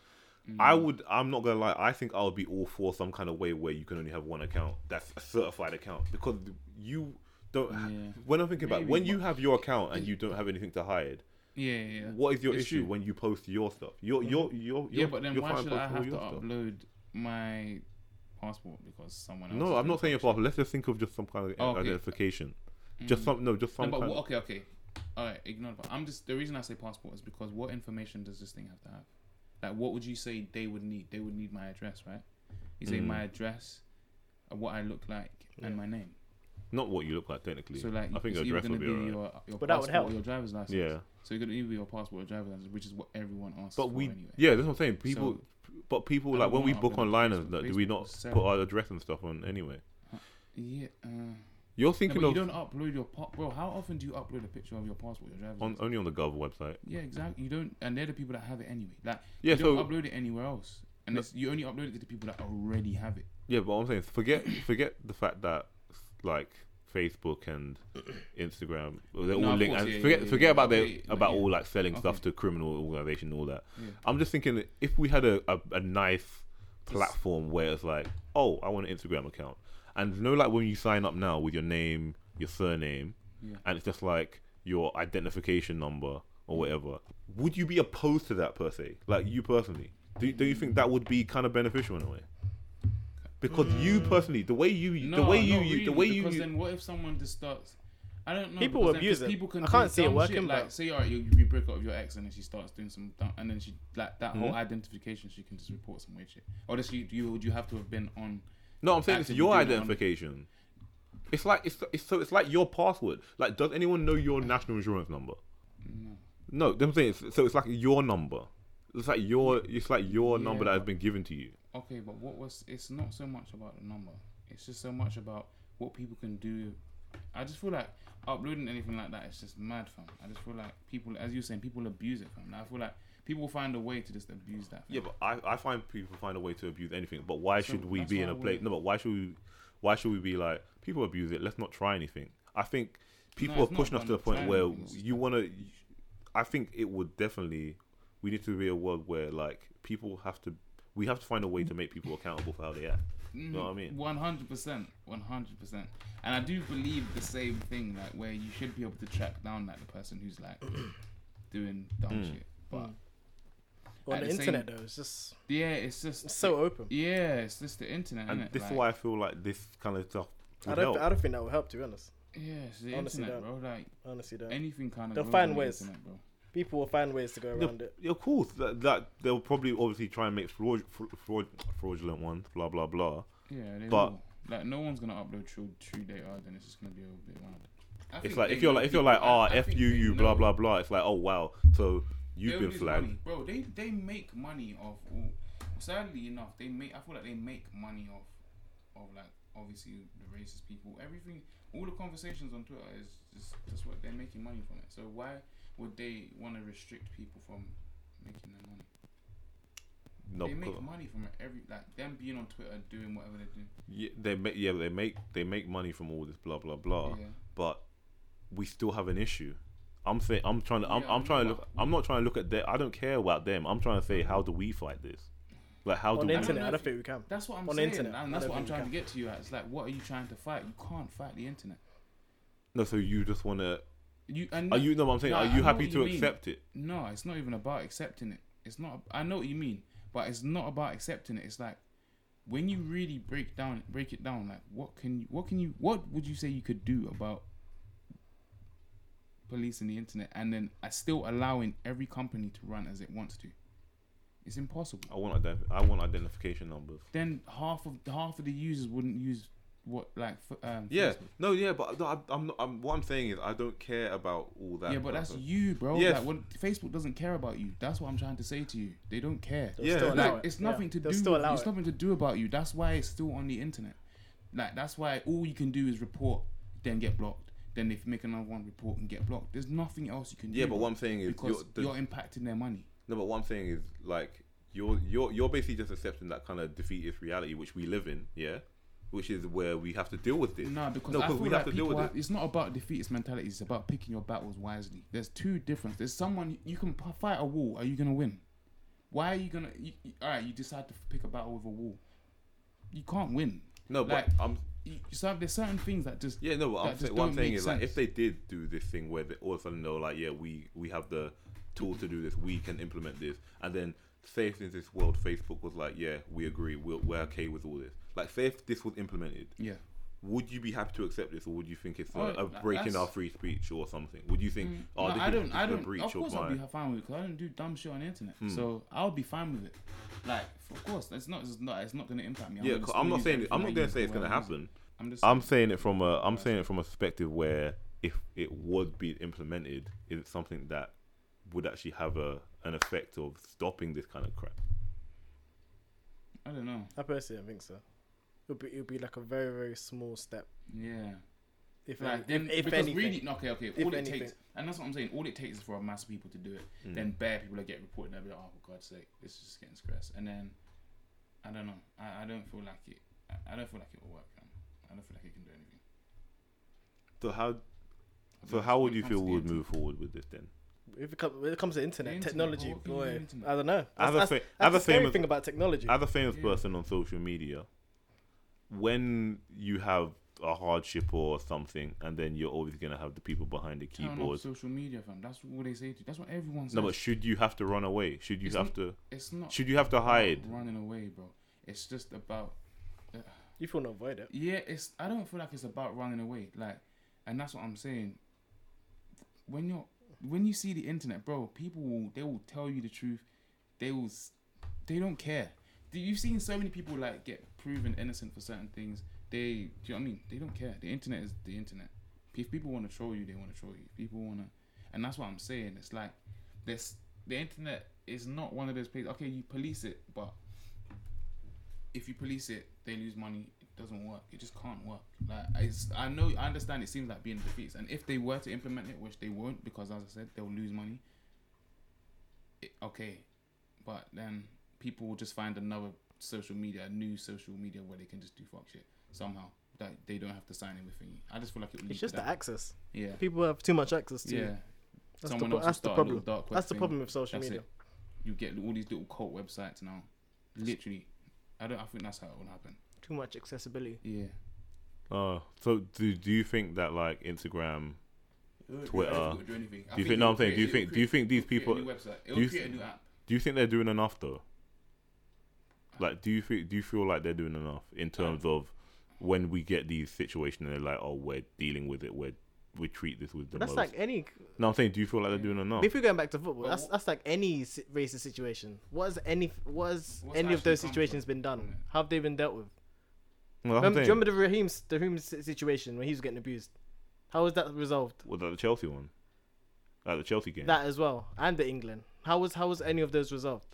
B: I would. I'm not gonna lie. I think I would be all for some kind of way where you can only have one account. That's a certified account because you don't. ha-
A: Yeah.
B: When I'm thinking about
A: Maybe,
B: when you
A: but-
B: have your account and you don't have anything to hide,
A: Yeah, yeah. yeah.
B: what is your
A: It's
B: issue
A: true.
B: when you post your stuff? Your your your, your
A: yeah, but then
B: you're
A: why
B: fine
A: should I
B: posting all
A: have to
B: your stuff.
A: upload my passport because someone else?
B: No, I'm not saying your passport. Let's just think of just some kind of
A: Oh, okay. Mm.
B: identification. Just some no, just
A: No,
B: some
A: but
B: kind.
A: what, okay, okay. All right, ignore that. I'm just the reason I say passport is because what information does this thing have to have? Like, what would you say they would need? They would need my address, right? You say
B: Mm.
A: my address, uh, what I look like, and my name.
B: Not what you look like technically.
A: So like,
B: I think
A: it's
B: your
A: either
B: dress
A: going to
B: would be
A: be
B: alright.
A: your your passport,
D: But that would help.
A: or your driver's license.
B: Yeah.
A: So you're going to either be your passport or driver's license, which is what everyone asks.
B: But
A: for
B: we,
A: anyway.
B: yeah, that's what I'm saying. People, but people
A: I
B: like
A: don't
B: when we
A: wanna
B: book
A: upload
B: online
A: my
B: and
A: Facebook.
B: that, do we
A: Facebook
B: not
A: is
B: put
A: seven.
B: our address and stuff on anyway?
A: Yeah. Uh, no,
B: You're
A: but
B: thinking
A: you
B: of
A: don't upload your pa- bro. How often do you upload a picture of your passport, your driver's
B: on,
A: license?
B: only on the Gov website.
A: Yeah, exactly. You don't, and they're the people that have it anyway. Like.
B: Yeah,
A: you don't
B: so
A: upload it anywhere else, and
B: No.
A: it's, you only upload it to the people that already have it.
B: yeah, but what I'm saying is forget forget the fact that like Facebook and Instagram they're
A: No,
B: all
A: of
B: linked
A: course,
B: and
A: yeah,
B: forget
A: yeah, yeah,
B: forget
A: yeah.
B: about their
A: Okay,
B: about
A: yeah.
B: all like selling stuff
A: Okay.
B: to criminal organization and all that.
A: Yeah.
B: I'm just thinking that if we had a, a, a nice platform where it's like, oh, I want an Instagram account. And you know, like when you sign up now with your name, your surname,
A: Yeah.
B: and it's just like your identification number or whatever, would you be opposed to that per se? Like you personally? Do, do you think that would be kind of beneficial in a way? Because you personally, the way you, the way you,
A: Mm. not
B: you
A: really,
B: the way you,
A: because
B: you-
A: then what if someone just starts? I don't know.
D: People
A: because then-
D: abuse
A: 'cause
D: it.
A: People can
D: I can't
A: do
D: see it
A: dumb
D: working,
A: Shit, like,
D: but-
A: say, all right, you, you break up with your ex, and then she starts doing some, dumb, and then she like that
B: Mm-hmm.
A: whole identification. She can just report some weird shit. Or does she? Do you? Would you have to have been on?
B: No, I'm saying it's
A: actively
B: your
A: doing it on-
B: identification. It's like it's, it's so it's like your password. Like, does anyone know your national insurance number? No. No, that's what I'm saying it's, so it's like your number. It's like your it's like your
A: Yeah.
B: number that has been given to you.
A: Okay, but what was? It's not so much about the number. It's just so much about what people can do. I just feel like uploading anything like that is just mad, fam. I just feel like people, as you're saying, people abuse it, fam. Like, I feel like people find a way to just abuse that. Fam.
B: Yeah, but I, I find people find a way to abuse anything. But why
A: So
B: should we
A: that's
B: be
A: why
B: in
A: I
B: a place?
A: wouldn't-
B: No, but why should we why should we be like people abuse it? Let's not try anything. I think people
A: No,
B: are
A: it's not
B: pushing us
A: about
B: to the
A: not
B: point
A: trying
B: where
A: anything, it's just
B: you want to. I think it would definitely. We need to be a world where like people have to. We have to find a way to make people accountable for how they act. You know what I mean?
A: Mm, One hundred percent, one hundred percent. And I do believe the same thing, like where you should be able to track down like the person who's like doing dumb
B: Mm.
A: shit. But
D: on
A: at
D: the,
A: the
D: internet though, it's just
A: yeah, it's just
D: it's so open.
A: yeah, it's just the internet.
B: And
A: innit?
B: this is
A: Like,
B: why I feel like this kind of stuff
D: I
B: would
D: don't.
B: help.
D: I don't think that would help. To be honest,
A: yeah, it's the
D: Honestly,
A: internet, bro. Like
D: honestly, though,
A: anything kind of
D: They'll
A: goes
D: find
A: on the
D: ways.
A: internet, bro.
D: people will find ways to go
B: Yeah,
D: around it.
B: yeah, of course. That, that they'll probably obviously try and make fraud, fraud, fraudulent ones. Blah blah blah.
A: Yeah, they
B: But-
A: will. like no one's gonna upload true true data, then it's just gonna be a bit wild. I
B: It's
A: think
B: like
A: they
B: if you're
A: know
B: like if you're
A: people-
B: like
A: I-
B: ah
A: I
B: f
A: think
B: you
A: they
B: you blah
A: know
B: blah blah. It's like oh wow. So you've
A: They
B: been
A: lose
B: flagged.
A: money. bro. They they make money off. all- Sadly enough, they make. I feel like they make money off of like obviously the racist people. Everything, all the conversations on Twitter is just that's what they're making money from it. So why would they want to restrict people from making their money?
B: No,
A: they make
B: because-
A: money from every like them being on Twitter doing whatever they do.
B: yeah, they make yeah they make they make money from all this blah blah blah.
A: Yeah.
B: But we still have an issue. I'm saying I'm trying to I'm,
A: Yeah, I
B: I'm
A: know,
B: trying to
A: but-
B: look I'm not trying to look at them. I don't care about them. I'm trying to say how do we fight this? Like how do
D: on the
B: we
D: internet,
A: know
D: I don't
A: if-
D: think we can.
A: That's what I'm
D: On the
A: saying,
D: internet,
A: and that's
D: I
A: what I'm
D: don't
A: trying to
D: think
A: get to you at. It's like, what are you trying to fight? You can't fight the internet.
B: No, so you just want to?
A: You and
B: Are you no? I'm saying,
A: Nah,
B: are
A: I
B: you
A: know
B: happy
A: what
B: to
A: you mean.
B: accept it?
A: No, it's not even about accepting it. It's not. I know what you mean, but it's not about accepting it. It's like when you really break down, break it down. Like, what can you, what can you, what would you say you could do about policing the internet and then uh, still allowing every company to run as it wants to. It's impossible.
B: I want ident- I want identification numbers.
A: Then half of half of the users wouldn't use what like f- um,
B: Yeah,
A: Facebook.
B: no, yeah, but no, I, I'm not. I'm, what I'm saying is, I don't care about all that.
A: yeah, but that's
B: nonsense.
A: you, bro.
B: Yes.
A: Like, when, Facebook doesn't care about you. That's what I'm trying to say to you. They don't care.
D: They'll
B: Yeah.
D: still allow
A: like
D: it.
A: it's
D: Yeah,
A: nothing to
D: they'll
A: do.
D: Still allow
A: it's
D: it.
A: nothing to do about you. That's why it's still on the internet. Like that's why all you can do is report, then get blocked. Then if you make another one, report and get blocked. There's nothing else you can do.
B: Yeah, but
A: bro,
B: what I'm saying is,
A: because
B: you're, the,
A: you're impacting their money.
B: no, but what I'm saying is, like, you're you're you're basically just accepting that kind of defeatist reality which we live in. Yeah, which is where we have to deal with this.
A: No, because
B: no,
A: I feel
B: we
A: like
B: have to deal
A: people
B: with
A: are,
B: it.
A: it's not about defeatist mentality. It's about picking your battles wisely. There's two difference. There's someone you can p- fight a wall. Are you gonna win? Why are you gonna? You, you, all right, you decide to pick a battle with a wall. You can't win.
B: No, but
A: like,
B: I'm
A: You, so there's certain things that just
B: Yeah, no, but I'm
A: that just
B: saying, what I'm
A: don't
B: saying
A: make
B: is like if
A: sense.
B: they did do this thing where they all of a sudden know like, yeah, we we have the tool to do this, we can implement this, and then say if in this world Facebook was like, yeah, we agree, we're, we're okay with all this. Like, say if this was implemented,
A: yeah.
B: would you be happy to accept this, or would you think it's
A: Oh,
B: a, a
A: that-
B: breaking
A: that's- Mm.
B: our free speech or something? Would you think, oh,
A: No,
B: this
A: I
B: is,
A: don't.
B: this
A: I
B: is
A: don't.
B: a breach Hmm.
A: of course,
B: of
A: I'll be
B: mine?
A: ha- fine with it 'cause I don't do dumb shit on the internet. So I'll be fine with it. Like, of course, it's not. It's not. It's not going to impact me.
B: Yeah,
A: gonna
B: 'cause
A: still
B: I'm not
A: use
B: saying
A: everything
B: I'm
A: I
B: not gonna
A: use
B: say
A: the
B: it's
A: way
B: gonna
A: I use it.
B: happen.
A: I'm just.
B: I'm saying it from a I'm saying it from a perspective where if it would be implemented, is it something that would actually have a an effect of stopping this kind of crap?
A: I don't know.
D: I personally don't think so. It'll be it'll be like a very very small step.
A: Yeah.
D: If
A: Like,
D: any,
A: then,
D: if, if
A: because
D: anything,
A: really, no, okay, okay.
D: If
A: All it
D: anything.
A: takes, and that's what I'm saying. All it takes is for a mass of people to do it.
B: Mm.
A: Then bare people that get reported, they'll be like, "Oh, for God's sake, this is just getting stressed." And then, I don't know. I, I don't feel like it. I, I don't feel like it will work. Man. I don't feel like it can do anything.
B: So how
A: I
B: so
A: think
B: how
A: when
B: would
A: it
B: you
A: comes
B: feel
A: to
B: we
A: the
B: would
A: internet-
B: move forward with this then?
D: if it, come, when it comes to internet,
A: internet,
D: technology,
A: bro, what do you
D: boy,
A: mean internet?
D: I don't know.
B: As a
D: That's, that's,
B: fa-
D: that's
B: as a
D: the scary
B: famous-
D: thing about technology.
B: As a famous
A: Yeah.
B: person on social media, when you have a hardship or something, and then you're always gonna have the people behind the
A: Turn off
B: keyboard.
A: social media, fam. That's what they say to you. That's what everyone says.
B: No, but should you have to run away? Should you
A: It's
B: have
A: not-
B: to?
A: it's not.
B: Should you have to hide?
A: about running away, bro. It's just about
D: If you want to avoid it,
A: yeah. It's I don't feel like it's about running away. Like, and that's what I'm saying. When you're when you see the internet, bro, people will they will tell you the truth. They will s- they don't care. Do- You've seen so many people like get proven innocent for certain things. They do you know what I mean? They don't care. The internet is the internet. If people want to troll you, they want to troll you. People want to, and that's what I'm saying. It's like this. The internet is not one of those places. Okay, you police it, but if you police it, they lose money. It doesn't work. It just can't work. Like it's, I know, I understand. It seems like being defeats, and if they were to implement it, which they won't, because as I said, they'll lose money. It, okay, but then people will just find another social media, a new social media where they can just do fuck shit somehow that they don't have to sign in with thingy. I just feel like it would lead
D: it's just
A: to
D: the
A: that.
D: access.
A: yeah,
D: People have too much access to.
A: yeah.
D: it. That's
A: Someone
D: the,
A: else will
D: pro- that's the
A: start a
D: problem.
A: little dark web
D: That's the
A: thing.
D: problem with social
A: That's
D: media.
A: it. You get all these little cult websites now. Literally, I don't. I think that's how it will happen.
D: Too much accessibility.
A: Yeah.
B: Uh, so do do you think that like Instagram Twitter.
A: Do anything. I
B: Do you think? No, I'm saying. Do you
A: it'll
B: think? Do you
A: create-
B: think these people?
A: it'll create a new
B: Do
A: website?
B: you
A: It'll create a
B: think-
A: new app.
B: you think they're doing enough though? Like, do you feel? Do you feel like they're doing enough in terms of when we get these situations? and They're like, oh, we're dealing with it. We're we treat this with the
D: But that's
B: most.
D: like any.
B: no, I'm saying. Do you feel like they're doing enough?
D: If you're going back to football,
A: But
D: that's
A: wh-
D: that's like any si- racist situation. What has any what has
A: What's
D: any of
A: actually
D: those
A: come
D: situations
A: from?
D: been done?
A: Yeah.
D: How have they been dealt with?
A: um,
B: No, that's what I'm
D: Remember, do you
B: saying.
D: remember the Raheem s- the Raheem si- situation when he was getting abused? How was that resolved?
B: Was that the Chelsea one? At the Chelsea game,
D: That as well, and the England. How was how was any of those resolved?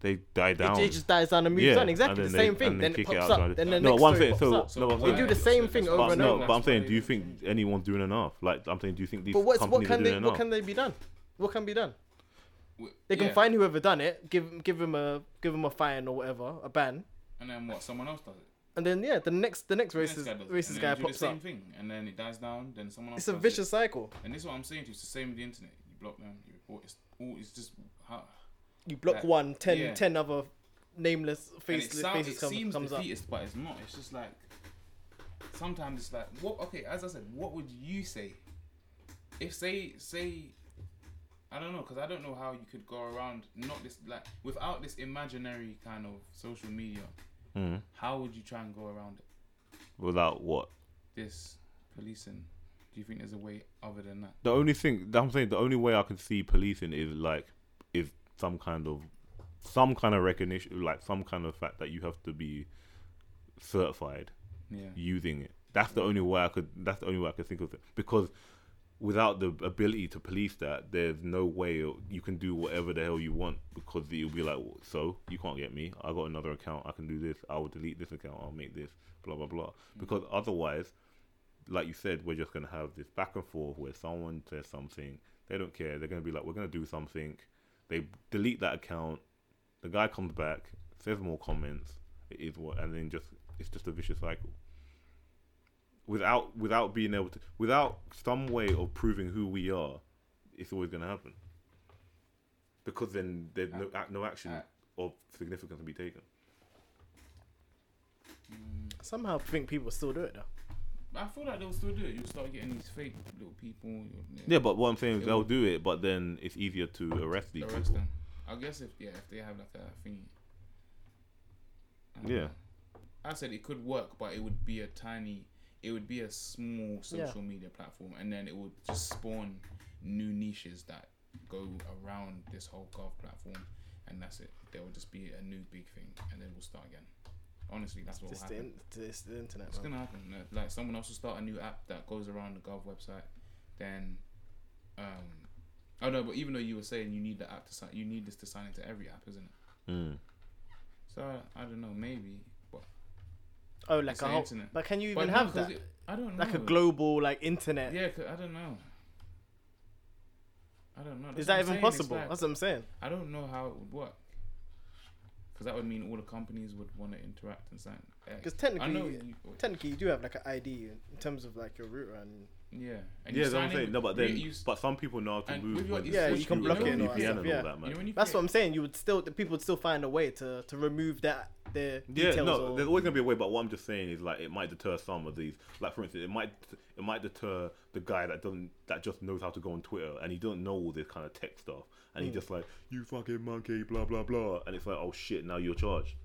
B: they die
D: It,
B: down.
D: it just dies down and moves on. Exactly the
B: and then
D: same
B: they-
D: thing.
B: and they
D: Then it
B: kick it
D: pops
B: outside.
D: up. Then the
B: no,
D: next
B: what I'm
D: story
B: saying.
D: pops
B: So,
D: up.
B: no, what I'm
A: They
B: saying-
D: They do the same thing
A: But
D: over
B: But
D: and
B: no,
D: over.
B: but I'm saying, do you think anyone's doing enough? Like, I'm saying, do you think these
D: But what's what
B: companies
D: can
B: are
D: they
B: doing
D: what
B: enough?
D: can they be done? What can be done?
A: W-
D: They can
A: yeah.
D: find whoever done it, give give him a give him a fine or whatever, a ban,
A: And then what? Someone else does it.
D: and then yeah, the next the next
A: The next
D: racist
A: guy does it. And
D: racist
A: then
D: guy
A: you do
D: pops
A: the same
D: up.
A: thing, and then it dies down. Then someone else.
D: It's a
A: does
D: vicious cycle.
A: It. And this is what I'm saying. to you, It's the same with the internet. You block them. You report. It's all. It's just how.
D: You block
A: Like,
D: one, ten, ten
A: yeah.
D: other nameless
A: and
D: faceless
A: it sounds,
D: faces
A: it
D: come,
A: seems
D: comes up.
A: defeatist, but it's not. It's just like sometimes it's like what? Okay, as I said, what would you say if say say I don't know because I don't know how you could go around not this like without this imaginary kind of social media.
B: Mhm.
A: How would you try and go around it?
B: Without what?
A: this policing? Do Do you think there's a way other than that?
B: The only thing that I'm saying, the only way I can see policing is like is some kind of some kind of recognition, like some kind of fact that you have to be certified
A: Yeah.
B: using it. That's the only way I could. That's the only way I could think of it because without the ability to police that, there's no way you can do whatever the hell you want because you'll be like, so you can't get me. I got another account. I can do this. I will delete this account. I'll make this. Blah blah blah. Because otherwise, like you said, we're just gonna have this back and forth where someone says something, they don't care. They're gonna be like, we're gonna do something. They delete that account. The guy comes back, says more comments. It is what, and then just it's just a vicious cycle without without being able to without some way of proving who we are, it's always going to happen. Because then there's no ac- no action
A: I-
B: of significance to be taken.
D: Somehow I think people still do it though.
A: But I feel like they'll still do it. You'll start getting these fake little people. you'll-
B: Yeah, but what I'm saying is
A: It
B: they'll
A: will-
B: do it, but then it's easier to arrest these
A: arrest
B: people.
A: them. I guess if yeah, if they have like a thingy. I don't
B: Yeah.
A: know. I said it could work, but it would be a tiny, it would be a small social media platform, and then it would just spawn new niches that go around this whole golf platform, and that's it. There will just be a new big thing, and then we'll start again. Honestly, that's what will
D: Just
A: happen.
D: the, in, it's the internet.
A: It's
D: man.
A: gonna happen. no. Like someone else will start a new app that goes around the Gov website, then, um, oh no. But even though you were saying you need the app to sign, you need this to sign into every app, isn't it?
B: Mm.
A: So I, I don't know, maybe. But
D: Oh, like
A: It's
D: a
A: the
D: whole.
A: internet.
D: But can you
A: but
D: even
A: no,
D: have
A: 'cause
D: that?
A: it- I don't know.
D: Like a global like internet.
A: Yeah, 'cause I don't know. I don't know.
D: Is
A: That's what I'm
D: that even
A: saying, it's
D: possible?
A: like-
D: That's what I'm saying.
A: I don't know how it would work. Because that would mean all the companies would want to interact and sign. eh,
D: Because
A: I know.
D: technically,
A: You,
D: technically, you do have like an ID in in terms of like your router and
A: yeah. And you
B: Yeah, that's what
A: sign
B: I'm
A: in
B: saying.
A: with-
B: No, but
A: you-
B: then
A: you s-
B: but some people know how to
A: and
B: move.
A: with your-
B: when
A: you
B: they
D: Yeah,
B: switch
D: you can
B: through,
D: block
B: like,
D: it and all
B: VPN
D: that stuff, yeah.
B: that, man.
A: you know when you
D: That's
A: create-
D: what I'm saying. You would still, the people would still find a way to to remove that their
B: Yeah,
D: details.
B: no,
D: or,
B: there's always gonna be a way. But what I'm just saying is like it might deter some of these. Like for instance, it might it might deter the guy that doesn't that just knows how to go on Twitter and he doesn't know all this kind of tech stuff and
D: Hmm.
B: he just like you fucking monkey, blah blah blah, and it's like oh shit, now you're charged.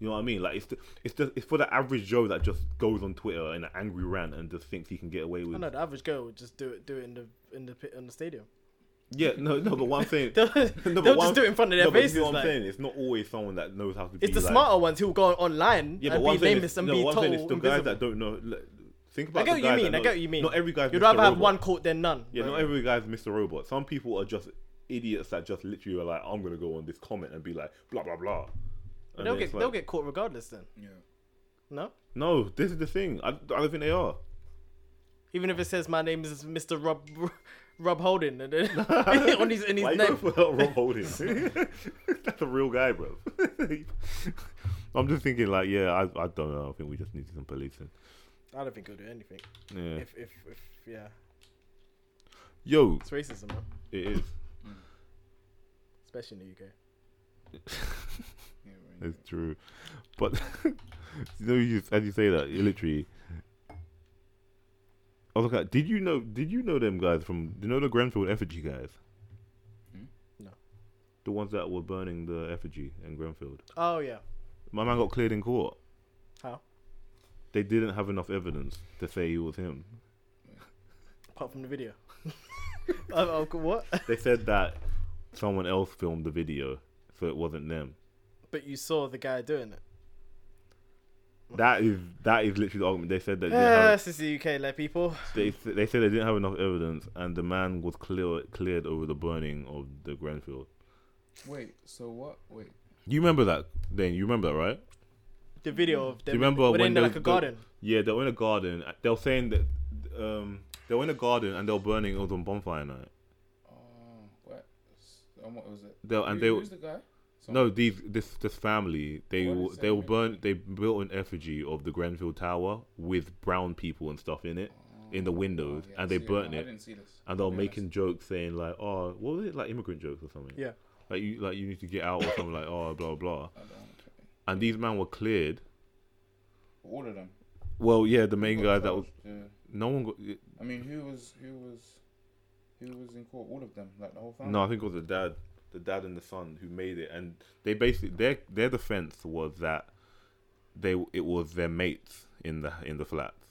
B: You know what I mean? Like it's the, it's just it's for the average Joe that just goes on Twitter in an angry rant and just thinks he can get away
D: I
B: with.
D: know the average girl would just do it, do it in the in the pit- in the stadium.
B: Yeah, no, no, but what I'm saying.
D: They'll,
B: No, but
D: they'll
B: what
D: just
B: I'm-
D: do it in front of their
B: no, but
D: faces.
B: You know what I'm
D: like,
B: saying? It's not always someone that knows how to.
D: it's
B: be
D: the
B: like,
D: smarter ones who go online
B: Yeah, but
D: and
B: what
D: be
B: I'm saying
D: famous
B: is,
D: and
B: no,
D: be
B: what I'm
D: told.
B: saying is the guys
D: invisible.
B: that don't know. like, think about.
D: I get
B: the
D: what
B: guys
D: you mean.
B: that
D: I
B: know-
D: get what you mean.
B: Not every guy's.
D: You'd
B: Mr.
D: rather have
B: Robot.
D: one court than none.
B: Yeah,
D: bro.
B: not every guy's Mr. Robot. Some people are just idiots that just literally are like, I'm gonna go on this comment and be like, blah blah blah.
D: But
B: And
D: they'll
B: then it's
D: get they'll
B: like,
D: get caught regardless. Then
A: Yeah.
D: no,
B: No, this is the thing. I, I don't think they are.
D: even if it says my name is Mr. Rob Rob Holding and then on his in
B: Why you going
D: his name.
B: for Rob Holding? That's a real guy, bro. I'm just thinking like, yeah, I, I don't know. I think we just need some policing.
D: I don't think he'll do anything.
B: Yeah.
D: If if if yeah,
B: Yo,
D: it's racism, man.
B: it is.
D: Especially in the UK.
A: Yeah, right.
B: It's true, but you know, you, as you say that, you literally. I was like, did you know? Did you know them guys from? Do you know the Grenfell effigy guys?
A: Hmm?
D: No.
B: The ones that were burning the effigy in Grenfell.
D: Oh yeah.
B: My man got cleared in court.
D: How?
B: They didn't have enough evidence to say it was him.
D: Apart from the video. oh, oh, co- what?
B: They said that someone else filmed the video, so it wasn't them.
D: But you saw the guy doing it.
B: That is that is literally the argument. They said that they had-
D: Yes, it's the UK, like people.
B: They they said they didn't have enough evidence, and the man was clear, cleared over the burning of the Grenfell.
A: Wait. So what? Wait.
B: You remember that? Then you remember that, right?
D: The video of them.
B: remember
D: were they
B: when
D: in the,
B: there
D: like a
B: was the-
D: garden?
B: Yeah, they were in a garden. They were saying that um, they were in a garden and they were burning. It was on bonfire night.
A: Oh, what? And what was it?
B: They were- and
A: Who-
B: they were-
A: who's the guy?
B: no, these this this family they
A: What
B: were-
A: is
B: they were
A: that?
B: burn. They built an effigy of the Grenfell Tower with brown people and stuff in it, in the windows,
A: Oh, yeah, I
B: and they
A: see
B: burnt
A: now. I
B: it.
A: didn't see this.
B: and they were
A: Yeah,
B: making jokes saying like, "Oh, what was it like immigrant jokes or something?"
D: Yeah.
B: Like you like you need to get out or something like, "Oh, blah blah."
A: that's- I don't wanna check it.
B: And these men were cleared.
A: All of them.
B: Well, yeah, the main
A: Got
B: guy that was
A: charged, yeah.
B: no one got.
A: I mean, who was who was who was in court? All of them, like the whole family.
B: No, I think it was the dad, the dad and the son who made it, and they basically their their defense was that they it was their mates in the in the flats.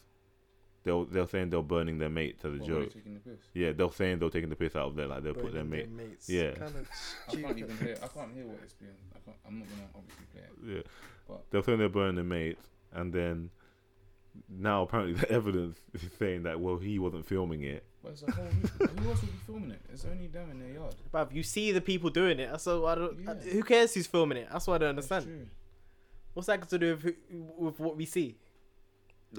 B: they'll they're saying they're burning their mates as a
A: What, when they're
B: joke.
A: taking the piss?
B: Yeah, they're saying they're taking the piss out of their like they'll put their mate.
E: mates.
B: yeah.
E: Kind of
A: I can't even
E: stupid.
A: hear. I can't hear what it's being. I can't, I'm not gonna obviously play it.
B: Yeah,
A: But-
B: they're saying they're burning their mates, and then now apparently the evidence is saying that well he wasn't filming it.
A: But it's a whole. who else would be filming it? It's only them in their yard.
D: Bruv, you see the people doing it. So I don't. I-
A: Yeah.
D: who cares who's filming it? That's what I don't
A: That's
D: understand.
A: true.
D: What's that got to do with who- with what we see?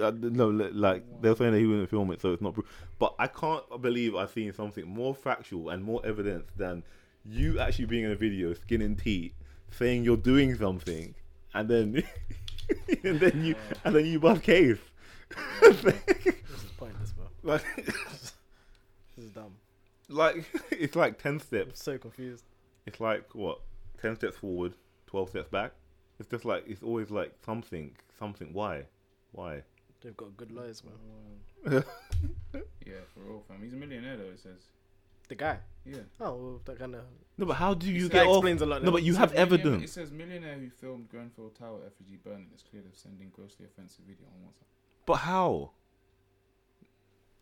B: Uh, no, li- like they're saying that he wouldn't film it, so it's not. Pro- but I can't believe I've seen something more factual and more evidence than you actually being in a video, skin and teeth, saying you're doing something, and then and then you and then you bust case.
D: This is pointless, bro.
B: like,
D: This is dumb.
B: like it's like ten
D: I'm
B: steps.
D: so confused.
B: It's like what ten steps forward, twelve steps back. It's just like it's always like something, something. Why, why?
D: They've got good lawyers, man.
A: um, Yeah, for real, fam. He's a millionaire though. It says.
D: The guy.
A: Yeah.
D: Oh, well, that kind of
B: No, but how do you
D: that
B: get off?
D: explains a lot.
B: No, but
D: then.
B: you have
A: Millionaire-
B: evidence.
A: It says millionaire who filmed Grenfell Tower effigy burning is cleared of sending grossly offensive video on WhatsApp.
B: But how?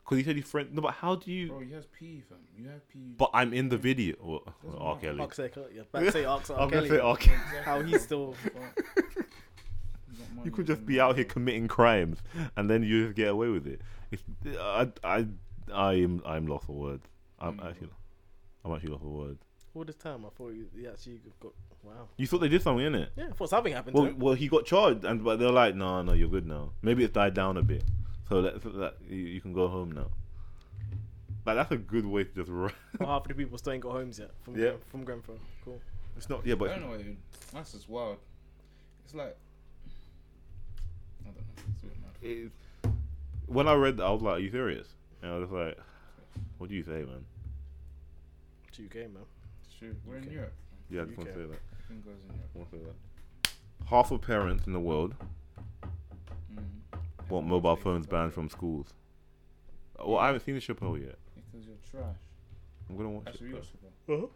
B: Because he said he friend. No, but how do you?
A: Bro, he has P, fam. You have P.
B: But I'm in the video. Well,
A: Doesn't
B: R.
A: matter.
B: Kelly.
D: Ox Echo- yeah, back to Ox
B: I'm gonna
D: Kelly.
B: say R. Kelly.
D: How he's still.
B: You could just be out here committing crimes, and then you just get away with it. It's, I, I, I am, I'm lost for words. I'm
A: Mm.
B: actually, I'm actually lost for words.
D: All this time, I thought you he actually got. Wow.
B: You thought they did something, innit?
D: Yeah, I thought something happened to
B: Well,
D: him.
B: well, he got charged, and but they're like, no, no, you're good now. Maybe it's died down a bit, so that, so that you, you can go home now. Like that's a good way to just run.
D: Well, half of the people still ain't got homes yet from
B: Yeah.
D: from Grenfell. Cool.
B: It's not, yeah,
A: I
B: but
A: don't know, dude. That's just wild. It's like. I don't know. It's a bit mad.
B: it's, when I read that, I was like, "Are you serious?" And I was just like, "What do you say, man?"
D: To UK, man.
A: It's true. We're in
D: Okay.
A: Europe.
B: Yeah, I just want to
D: Okay.
B: say that.
A: Everything goes in Europe.
B: I want to say that. Half of parents in the world
A: Mm.
B: want mobile phones banned from schools. Well, I haven't seen the Chappelle yet.
A: Because you're trash.
B: I'm gonna watch
A: Actually,
B: it.
A: we
B: but-
A: also got-
B: Uh-huh.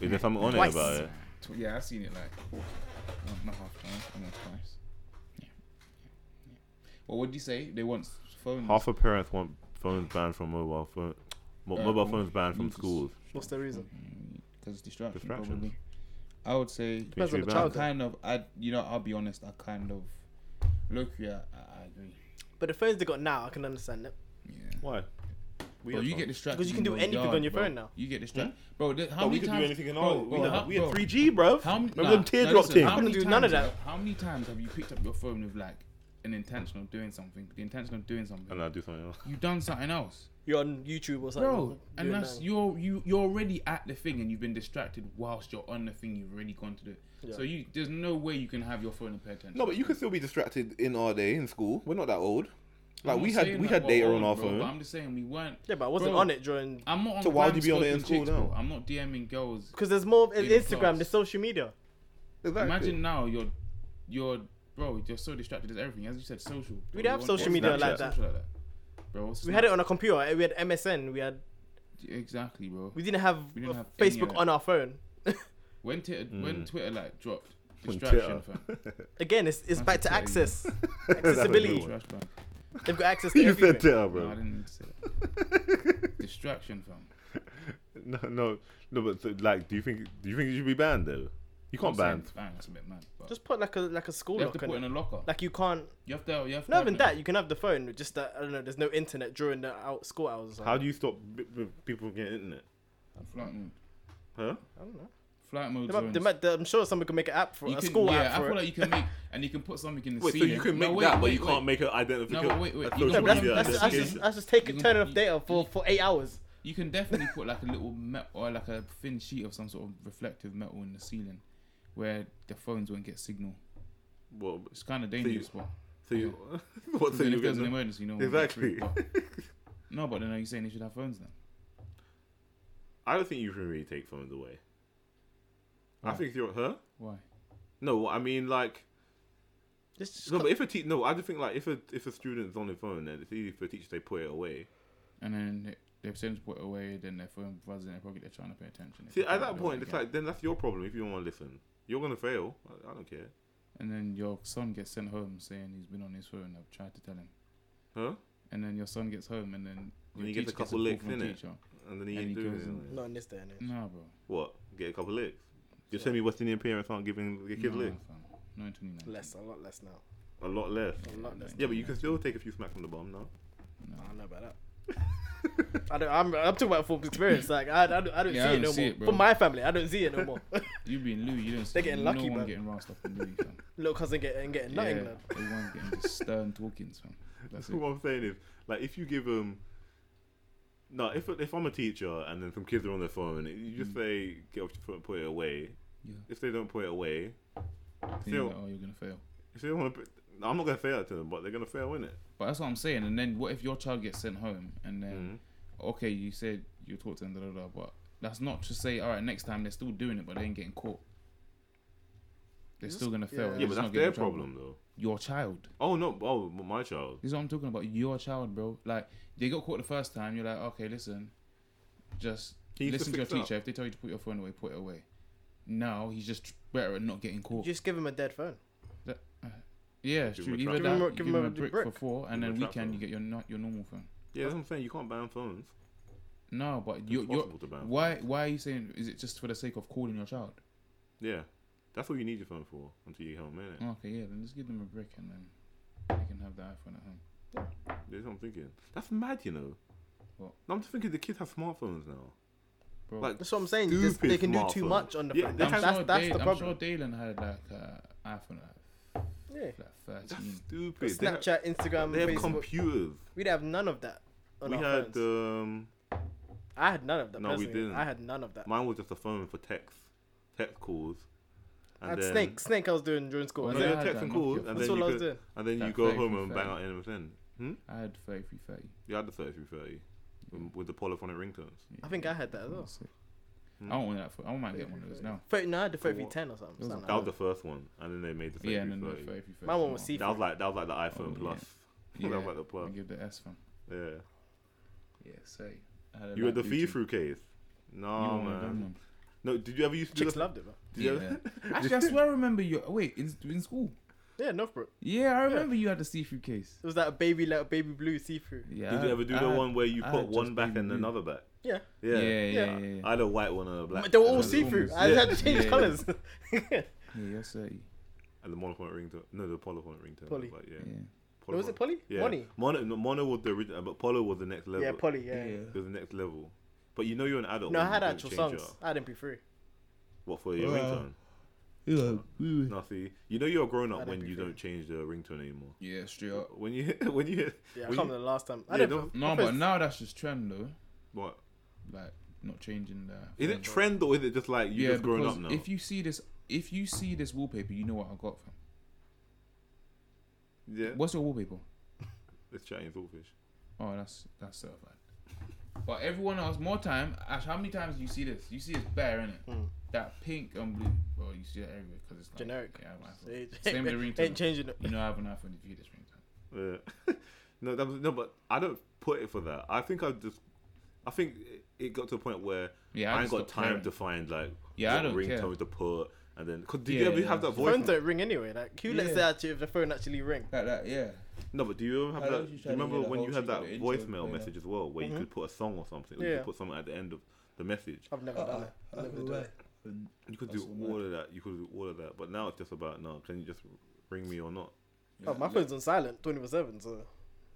B: Is there something on it
D: Twice.
B: about it?
A: Tw- Yeah, I've seen it like well, not half times, I mean twice. Yeah. yeah, yeah. Well, what do you say? They want s- phones.
B: Half of parents want phones banned from mobile phone. mo-
A: Uh,
B: mobile
A: we
B: phones banned from
A: need to s-
B: schools.
D: What's the reason?
A: Because distraction,
B: Distractions.
A: probably. I would say
B: It
D: Depends on
B: should
D: the
B: be
A: I
B: banned.
D: child.
A: kind of. I you know I'll be honest. I kind of look. Yeah, I, I agree.
D: But the phones they got now, I can understand that.
A: Yeah.
B: Why? We
A: Bro,
B: have
A: you
B: phones.
A: get distracted
D: Because you can
A: in
D: do
A: your
D: anything
A: yard,
D: on your
A: bro.
D: phone now. Hmm?
A: You get distracted, bro. th- how
B: But
A: many
B: we could
A: times?
B: do anything in
A: bro,
B: our.
A: bro,
B: we, had,
A: how-
B: we had
A: bro,
B: 3G, bruv.
A: How many?
B: Remember them teardrop
A: listen,
B: things?
A: How
D: Couldn't
A: many
D: do none of
A: times-
D: that.
A: How many times have you picked up your phone with like an intention of doing something? The intention of doing something.
B: And I do something else.
A: You've done something else,
D: You're on YouTube or something.
A: bro.
D: doing
A: And that's
D: that.
A: you're you you're already at the thing, and you've been distracted whilst you're on the thing. You've already gone to do.
D: Yeah.
A: So you there's no way you can have your phone and pay attention.
B: No, but you can still be distracted in our day in school. We're not that old. Like
A: I'm
B: we
A: not
B: had
A: saying
B: we
A: that
B: had
A: we're
B: data
A: old,
B: on our
A: bro, But I'm
B: phone.
A: just saying we weren't.
D: Yeah, but I wasn't
A: Bro.
D: on it during.
A: I'm not on.
B: So why
A: gram
B: do you be on
A: stalking
B: it in school
A: chicks, bro.
B: now?
A: I'm not DMing girls.
D: Because there's more
A: In
D: Instagram,
A: class.
D: there's social media.
A: Imagine now you're you're bro. You're so distracted. There's everything as you said. Social. Bro,
D: We don't have
A: you want- what's
D: social media
B: Snapchat?
D: like that.
A: social like that. Bro, what's
D: We had it
A: Snapchat?
D: on a computer. eh, We had MSN. We had.
A: exactly, bro.
D: We didn't have,
A: We didn't
D: uh,
A: have any of
D: Facebook
A: that.
D: on our phone.
A: When Twitter, when Twitter like dropped
B: Mm. When
A: distraction,
B: Twitter.
A: fam.
D: Again, it's, it's
A: That's
D: back to
A: okay.
D: access.
B: That's a
D: Accessibility.
B: good one.
A: Trash ban.
D: They've got access to
B: You said
D: everything.
B: Twitter,
A: No, I
B: bro.
A: didn't need to say that. distraction, fam.
B: No, no, no. But so, like, do you think do you think it should be banned though? You can't
A: I'm
B: ban.
A: saying Ban. That's a bit mad. But
D: Just put like a like a school
A: you have to
D: lock
A: put in
D: on it.
A: a locker.
D: Like you can't.
A: You have to. You have to.
D: Not
A: have
D: even
A: it.
D: that. You can have the phone. Just that I don't know. There's no internet during the out school hours. Or something.
B: How do you stop b- b- people from getting internet?
A: Flight mode.
B: Huh?
D: I don't know.
A: Flight
D: They
A: mode.
D: might, they
A: zones.
D: might, I'm sure someone can make an app for
A: You
D: a
A: can-
D: school
A: yeah,
D: app
A: I
D: for
A: feel
D: it.
A: like you can make and you can put something in the
B: Wait, so
A: ceiling.
B: you can
A: No,
B: make
A: wait,
B: that, but
A: wait,
B: you
A: wait.
B: can't make an identification.
A: No, but wait, wait,
B: a
A: you
B: social
A: can-
D: that's,
B: media
D: that's,
A: identification.
D: that's, just,
B: identification.
D: that's just taking
A: You
D: turning
A: can-
D: off data for, for eight hours.
A: You can definitely put like a little metal or like a thin sheet of some sort of reflective metal in the ceiling, where the phones won't get signal.
B: Well,
A: It's kind of dangerous, but
B: so you,
A: Because
B: what? So
A: then
B: you
A: if there's an
B: get
A: emergency, no one will get
B: exactly.
A: through, but- No, but then are you saying they should have phones then?
B: I don't think you can really take phones away. I
A: Why?
B: think you're her.
A: Why?
B: No, I mean like
D: Just, just
B: no,
D: cut-
B: but if a te- no, I just think like if a if a student's on their phone, then it's easy for a teacher to put it away.
A: And then they've since put it away, then their phone buzzes in their pocket, they're trying to pay attention. If
B: See,
A: you
B: at
A: can't
B: that
A: do it
B: point, it's
A: again.
B: like then that's your problem if you don't want to listen. You're gonna fail. I, I don't care.
A: And then your son gets sent home saying he's been on his phone, I've tried to tell him.
B: Huh?
A: and then your son gets home, and then your
B: And he gets a
A: teacher
B: couple
A: call
B: licks,
A: from the
B: innit?
A: teacher.
B: And then he
A: And
B: ain't
A: he
B: doing
A: goes
B: it.
A: and-
D: Not in this day and age.
A: Nah, bro.
B: What? Get a couple licks. You're telling me West Indian parents aren't giving their kids
A: Nah,
B: licks?
A: fam. No, in 2019.
D: Less, a lot less now.
B: A lot less.
D: A lot less.
B: Yeah, but you can still take a few smacks from the bum, no?
D: Nah, I don't know about that. I don't. I'm, I'm talking about from experience. Like I, I, don't, I don't
A: Yeah,
D: see
A: I
D: it
A: don't
D: no
A: see
D: more.
A: it, bro.
D: For my family, I don't see it no more.
A: You being Louis, you don't. see
D: getting
A: no
D: lucky,
A: one
D: man.
A: getting rasped up in Louis, fam.
D: Little cousin getting getting nothing. blood.
A: yeah, everyone's getting just stern talkings, fam. That's it.
B: What I'm saying is, like, if you give them. No, if, if I'm a teacher and then some kids are on their phone, you just say, get off your phone, put it away.
A: Yeah.
B: If they don't put it away,
A: Then you're
B: Still-
A: like, oh, you're gonna fail.
B: if they want to. I'm not going to say that to them, but they're going to fail, innit?
A: But that's what I'm saying. And then what if your child gets sent home and
B: Hmm. Mm-hmm.
A: then okay, you said you talked to them, da, da, da, but that's not to say all right, next time they're still doing it, but they ain't getting caught. They're still gonna fail.
D: Yeah,
A: They're
B: Yeah,
A: just
B: but
A: not
B: that's
A: getting
B: their
A: in trouble.
B: problem, though.
A: Your child.
B: Oh, no. Oh, my child.
A: This is what I'm talking about. Your child, bro. Like they got caught the first time. You're like, okay, listen, just
B: He needs to
A: listen to your
B: fix it up.
A: teacher. If they tell you to put your phone away, put it away. Now he's just better at not getting caught.
D: Just give him a dead phone.
A: yeah, it's
B: Give
A: true.
B: him a
A: Either
B: trap
A: that,
D: phone.
A: you
D: Give
A: give
D: him
A: him
D: a
A: a brick, for
D: brick.
A: four,
B: Give
A: and
B: him
A: then
B: a trap
A: weekend you
B: phone.
A: get your no- your normal phone.
B: Yeah, that's what I'm saying. You can't ban phones.
A: No, but you're, you're
B: impossible to ban
A: why why are you saying is it just for the sake of calling your child?
B: Yeah. That's what you need your phone for until you get home, innit?
A: Okay, yeah, then just give them a brick and then they can have the iPhone at home.
B: That's what I'm thinking. That's mad, you know.
A: What?
B: No, I'm just thinking the kids have smartphones now.
A: Bro,
B: Like,
D: That's what I'm saying. Just- they
B: Stupid
D: can do too
B: smartphone.
D: much on the
B: Yeah,
D: phone.
B: they
D: That's,
A: I'm,
B: have-
D: that's,
A: sure
D: that's
A: Dale-
D: the
A: I'm sure
D: problem.
A: Dalen had like a iPhone at
D: Yeah.
A: like
B: that's
A: 13.
B: stupid. They have-
D: Snapchat, Instagram,
B: They have,
D: Facebook.
B: computers.
D: We'd have none of that. On
B: We
D: our
B: had,
D: phones.
B: um,
D: I had none of that.
B: No, we
D: personally.
B: didn't.
D: I had none of that.
B: mine was just a phone for text, text calls.
D: I had Snake. Snake I was doing during school.
A: Well,
B: No,
A: I
B: you
A: had
B: text
A: that
B: and
A: Nokia
B: calls,
A: phone.
B: and
D: That's
B: then,
D: all I
B: you
D: was
B: go,
D: doing.
B: and then you
A: That
B: go
A: 33,
B: home and bang
A: 30.
B: out NMSN. Hmm?
A: I had 3330.
B: You had the 3330 with, with the polyphonic ringtones.
D: I think I had that as well.
A: I don't want that. For, I might get one of those now.
D: 30, no, I had the
B: For
D: 3310 or something.
A: Those
D: something
A: are
D: like
B: That was
D: that.
B: the first one, and then they made the
A: Oh. Yeah, and then the
B: 3330.
A: 3330.
D: My one was
A: Yeah,
D: C.
B: that was like that was like the iPhone
A: yeah.
B: Plus. that was like the Plus.
A: I give the S phone.
B: Yeah.
A: Yeah, say. I a
B: You had the
A: light blue
B: fee
A: too.
B: through case.
A: You
B: No
A: wanted them
B: man.
A: ones.
B: No, did you ever used to do
D: Chicks
B: that?
D: loved it, bro.
B: Did you
A: Yeah.
B: ever-
A: Actually, I swear I remember you. Wait, in, in school?
D: Yeah, Northbrook.
A: Yeah, I remember you had the see-through case.
D: It was that baby, like, baby blue see through.
A: Yeah.
B: Did you
A: I-
B: ever do
A: I
B: the
A: had-
B: one where you
A: I
B: put
A: had
B: one
A: just
B: back
A: baby
B: and
A: blue.
B: another back?
D: Yeah.
B: Yeah.
A: yeah,
D: Yeah.
A: yeah, yeah.
B: I had a white one and a black.
D: They were all
B: and a-
A: see-
D: see through.
A: almost-
D: I had to
A: Yeah,
D: change
A: yeah.
D: colors.
A: Yeah, you're 30.
B: And the monophonic ringtone. No, the polyphonic ringtone.
D: Poly.
B: But yeah.
A: Yeah.
D: No, was it Polly?
B: Yeah.
D: Money.
B: Mono, no, mono was the original, but Polo was the next level.
D: Yeah, Polly, yeah.
A: Yeah.
B: It was the next level. But you know you're an adult.
D: No, I
B: when
D: had
B: you
D: actual
B: change
D: songs.
B: Your,
D: I had MP3.
B: what for your
A: Wow.
B: ringtone?
A: Yeah.
B: No, see, you know you're a grown
D: I
B: up
D: don't
B: when
D: be
B: you
D: fair.
B: don't change the ringtone anymore.
A: Yeah, straight up.
B: When you when you hit
D: Yeah,
B: Well,
D: I
B: you-
D: can't remember the last time. I
B: yeah,
D: didn't.
B: don't-
A: No,
D: I
A: but
D: first-
A: now that's just trend though.
B: what
A: Like not changing the.
B: is it trend or is it just like you
A: yeah,
B: just grown
A: because
B: up now?
A: if you see this, if you see this wallpaper, you know what I got. From.
B: yeah,
A: What's your wallpaper?
B: it's chatting swordfish.
A: Oh, that's that's certified. But everyone else, more time. Ash, how many times do you see this? You see this bare in it.
D: Mm.
A: That pink and blue. Bro, you see that everywhere because it's like,
D: Generic.
A: Yeah, I have an iPhone.
D: It-
A: Same with the ringtone.
D: Ain't changing it.
A: You know I have an iPhone if you this ringtone.
B: Yeah. no, that was no, but I don't put it for that. I think I just, I think it- it got to a point where
A: Yeah, I
B: I, ain't
A: just
B: got
A: stopped
B: time
A: caring.
B: to find like
A: Yeah, I
B: what
A: don't care.
B: ringtone to put, and then cause did you
A: Yeah,
B: ever
A: yeah.
B: have that voice?
D: Phones don't ring anyway. Like, who lets
A: Yeah.
D: that actually, if the phone actually ring?
A: Like that, yeah.
B: No, but do you ever
A: How
B: have
A: long
B: that?
A: did you
B: Do
A: try
B: you
A: to
B: remember
A: get the
B: when
A: whole
B: you had
A: shit
B: that
A: with the intro Mm-hmm.
B: voicemail
A: played
B: message as well, where you could put a song or something, or you
D: Yeah.
B: could put something at the end of the message?
D: I've never done it. I've never done it.
B: You could
A: That's
B: do
A: mad.
B: all of that. You could do all of that. But now it's just about no. Can you just ring me or not?
D: Oh, my phone's on silent 24 7, so.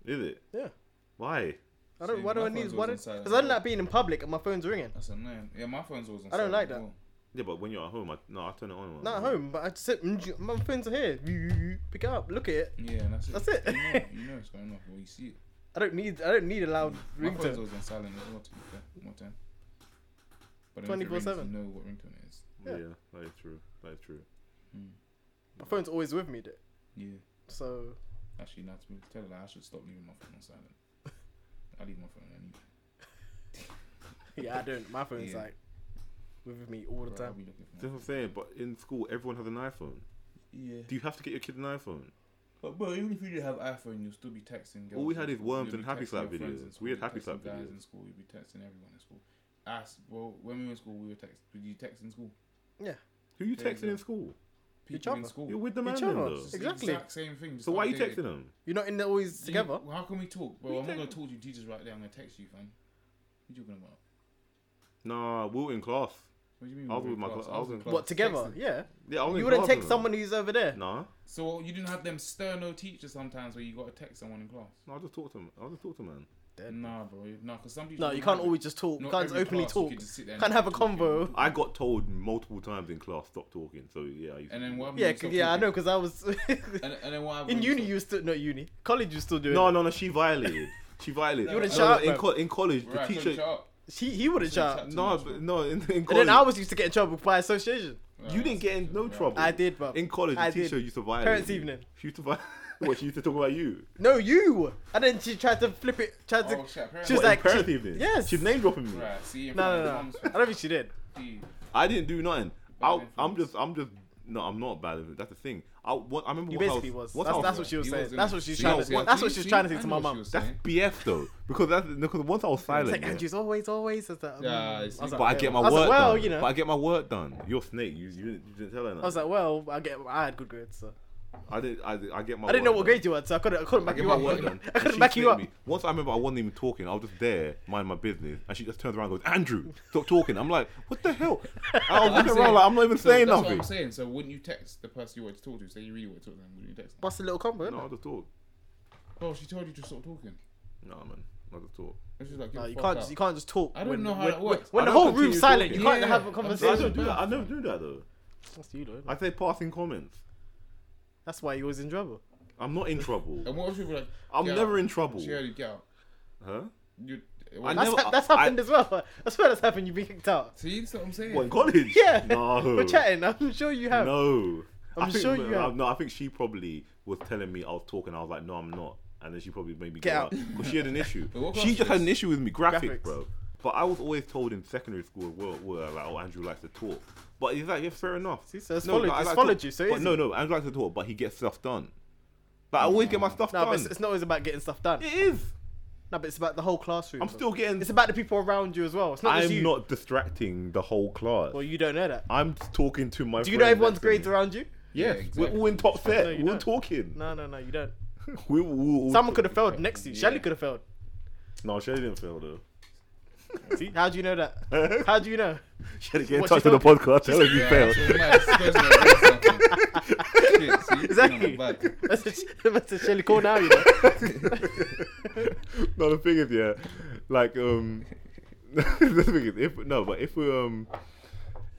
B: Is it?
D: Yeah.
B: Why?
D: I don't.
A: See,
D: why do
A: my
D: I need?
A: phone's
D: Why?
A: always on
D: Because
A: silent.
D: I don't like being in public and my phone's ringing.
A: That's annoying. Yeah, my phone's always on
D: I don't
A: silent
D: like
A: as
D: that.
A: well.
B: Yeah, but when you're at home, I no, I turn it on.
D: Not at home, but I just sit. mm, j- My phone's here. You- you- you Pick it up. Look at it.
A: Yeah, and that's it.
D: That's it.
A: You know, you know it's going off when you see it.
D: I don't need. I don't need a loud
A: My phone's
D: ringtone.
A: always on silent as well, to be fair. More time. But then if it
D: 24/7.
A: rings, You know what ringtone it is.
B: Yeah.
D: Yeah.
B: that is true. That is true.
A: Mm.
D: My phone's always with me, dude.
A: Yeah.
D: So
A: Actually, not to be tell her that I should stop leaving my phone on silent. I leave my phone anyway.
D: yeah, I don't. My phone's
A: Yeah.
D: like with me all the
A: Bro, I'll
D: time.
A: be looking for
B: That's
A: my-
B: what I'm saying. But in school, everyone has an iPhone.
A: Yeah.
B: Do you have to get your kid an iPhone?
A: But bro, even if you didn't have iPhone, you'll still be texting.
B: All we
A: girls
B: had
A: in
B: is
A: school.
B: worms
A: You'll
B: and
A: be
B: happy
A: texting
B: slap
A: your friends
B: videos.
A: in
B: We had
A: school,
B: happy
A: texting
B: slap
A: guys
B: videos.
A: in school. You'll be texting everyone in school. Us, well, when we were in school, we were text. Did you text in school?
B: Who you
A: There you
B: texting
A: go.
B: in school?
A: people in
D: other.
A: school.
B: You're with the man
D: Each
B: then,
D: other.
B: though.
A: It's the
D: Exactly.
A: exact same thing. just
B: So why are you
A: updated.
B: texting them?
D: You're not in there always
A: You-
D: together.
A: well, how can we talk, bro?
B: We
A: I'm not
B: can.
A: gonna talk to you teachers right there. I'm gonna text you, fam. What you talking about?
B: Nah, we were in class.
A: What do you mean?
B: I was
A: we were
B: with my cl- I was in class.
D: What together?
A: Texting.
D: Yeah.
B: Yeah, I was in
D: You wouldn't
B: class with
D: text
B: them.
D: someone who's over there.
B: Nah,
A: So you didn't have them sterno teachers sometimes where you got to text someone in class.
B: no, I just talked to him. I just talked to man.
A: Nah, bro. Nah, because some people.
D: No, you can't always just talk. You can't openly talk. Can't have a convo.
B: I got told multiple times in class stop talking. So yeah, I
A: And
B: used to
A: then
B: do
A: what?
B: that.
A: happened
D: Yeah,
A: when you
D: cause,
A: stopped
D: yeah, I know,
A: talking?
D: because I was
A: And, and then what? happened
D: in
A: when you
D: uni.
A: stopped-
D: You was still not uni. College, you still doing.
B: No,
D: it.
B: no, no. She violated. She violated.
A: You wouldn't
B: No,
D: shut
B: no,
D: up,
B: in,
D: man.
B: co- in college.
A: Right,
B: the
A: so
B: teacher.
A: shut up.
D: He he wouldn't
A: So you
D: shout.
A: shut-
D: And
B: No, but no. In, in college,
D: then I was used to get in trouble by association.
A: Right,
B: You didn't
A: that's-
B: get in
A: that's
B: no
A: right.
B: trouble.
D: I did, but
B: in college. The
D: I did.
B: teacher used to violate.
D: Parents'
B: you.
D: evening.
B: She used to violate. what she used to talk about you.
D: No, you. And then she tried to flip it. Tried
A: Oh,
D: to.
A: shit,
D: She
B: What,
D: was
B: in
D: like,
B: parents'
D: she-
B: evening.
D: yes.
B: She's name dropping me.
A: Right, see, in
D: no,
A: front
D: no,
A: of the
D: no.
A: moms,
D: I don't think she did.
A: dude.
B: I didn't do nothing. I,
A: Bad
B: I'm
A: influence.
B: just, I'm just, no, I'm not bad. influence. That's the thing. I, what, I remember
D: You
B: what I
D: basically was.
B: what I
D: That's,
B: was-
D: that's what she was
A: He
D: saying.
A: wasn't-
D: That's what she was
A: See,
D: trying
A: see,
D: to. That's what
A: see,
D: she was
A: see,
D: trying to say
A: I
D: to
A: know
D: my
A: what
D: mum.
A: she was
B: That's
A: saying.
B: BF though, because that's because once I was
D: It's
B: silent,
D: like
B: yeah.
D: Andrew's always, always. It's like,
A: Yeah,
D: mm.
A: it's-
D: I was
B: but
D: like,
B: I
D: okay,
B: get my
D: I was
B: work
D: like, well,
B: done.
D: you know.
B: But I get my work done. You're snake. You, you, didn't, you didn't tell her. That.
D: I was like, well, I get. I had good grades, so
B: I didn't, I, did- I get my.
D: I didn't know
B: work
D: what
B: done.
D: grade you had, so I couldn't. I couldn't back
B: I get
D: you
B: my
D: up.
B: work done.
D: I
B: And
D: couldn't
B: she
D: back you
B: snaked
D: up.
B: Me. Once I remember, I wasn't even talking. I was just there, mind my business, and she just turns around and goes, "Andrew, stop talking." I'm like, "What the hell?" I was
A: I'm
B: looking around
A: saying-
B: like, "I'm not even
A: So
B: saying
A: that's what
B: nothing."
A: I'm saying. So wouldn't you text the person you wanted to talk to? Say you really wanted to talk to them. Wouldn't you text? Them?
D: Bust a little combo.
B: No,
D: innit?
B: I just talk.
A: Bro, she told you to stop talking.
B: No, man, I just talk.
A: It's just like
D: No,
A: you're
D: you
A: fucked
D: can't just
A: up.
D: you can't just talk.
A: I don't
D: when-
A: know how
D: when-
A: that works.
D: When
B: I
D: the
B: don't
D: whole
B: continue
D: room's silent,
A: talking.
D: you can't
A: Yeah,
D: have a
A: I'm
B: No,
A: saying-
B: I
D: conversation.
B: don't do that. I never do that though.
D: That's you, though.
B: I say passing comments.
D: That's why you was in trouble.
B: I'm not in trouble.
A: And what if people like?
B: I'm
A: get
B: never
A: out.
B: in trouble.
A: She heard you get out.
B: Huh?
A: You.
B: I
D: That's,
B: never-
D: ha- that's
B: I-
D: happened as well. I swear that's happened. You've been kicked out.
A: See, that's what I'm saying.
B: What in college?
D: Yeah,
B: No.
D: we're chatting. I'm sure you have.
B: No.
D: I'm
B: I think-
D: sure you
B: no,
D: have.
B: No, I think she probably was telling me I was talking. I was like, no, I'm not. And then she probably made me
D: Get
B: get
D: out.
B: out because she had an issue.
A: But what
B: she
A: class
B: just
A: is
B: had
A: this?
B: an issue with me, graphic,
D: Graphics.
B: bro. But I was always told in secondary school, well, well like, oh, Andrew likes to talk. But he's like, yeah, fair enough.
D: See, so it's
B: No,
D: followed,
B: I
D: it's
B: like to
D: followed
B: talk.
D: you, so
B: But
D: it's
B: no, no, Andrew likes to talk, but he gets stuff done. But I always get my stuff
D: No, but
B: done.
D: it's, it's not always about getting stuff done.
B: It is.
D: No, but it's about the whole classroom.
B: I'm
D: bro.
B: still getting.
D: It's about the people around you as well. It's not just
B: I'm
D: you.
B: not distracting the whole class.
D: Well, you don't know that.
B: I'm just talking to my.
D: Do you know
B: friend
D: everyone's
B: next to me.
D: grades around you?
B: Yes,
A: Yeah,
B: we're all in top
A: exactly.
B: set.
D: No, you
B: we're all
D: don't.
B: talking.
D: No, no, no, you don't.
B: We, we, we,
D: Someone could have failed next to you. Shelly
A: Yeah.
D: could have failed.
B: No, Shelly didn't fail though.
D: See, how do you know that? How do you know?
B: Shelly, get in
D: What
B: touch
D: she
B: with the podcast. Tell us you
A: Yeah,
B: failed.
A: so it's mad. It's supposed to be a race, I think. Shit, see?
D: Exactly.
A: You know, I'm bad.
D: That's a, that's a Shelly call now, you know.
B: no, the thing is, yeah, like um, the thing is, if no, but if we um,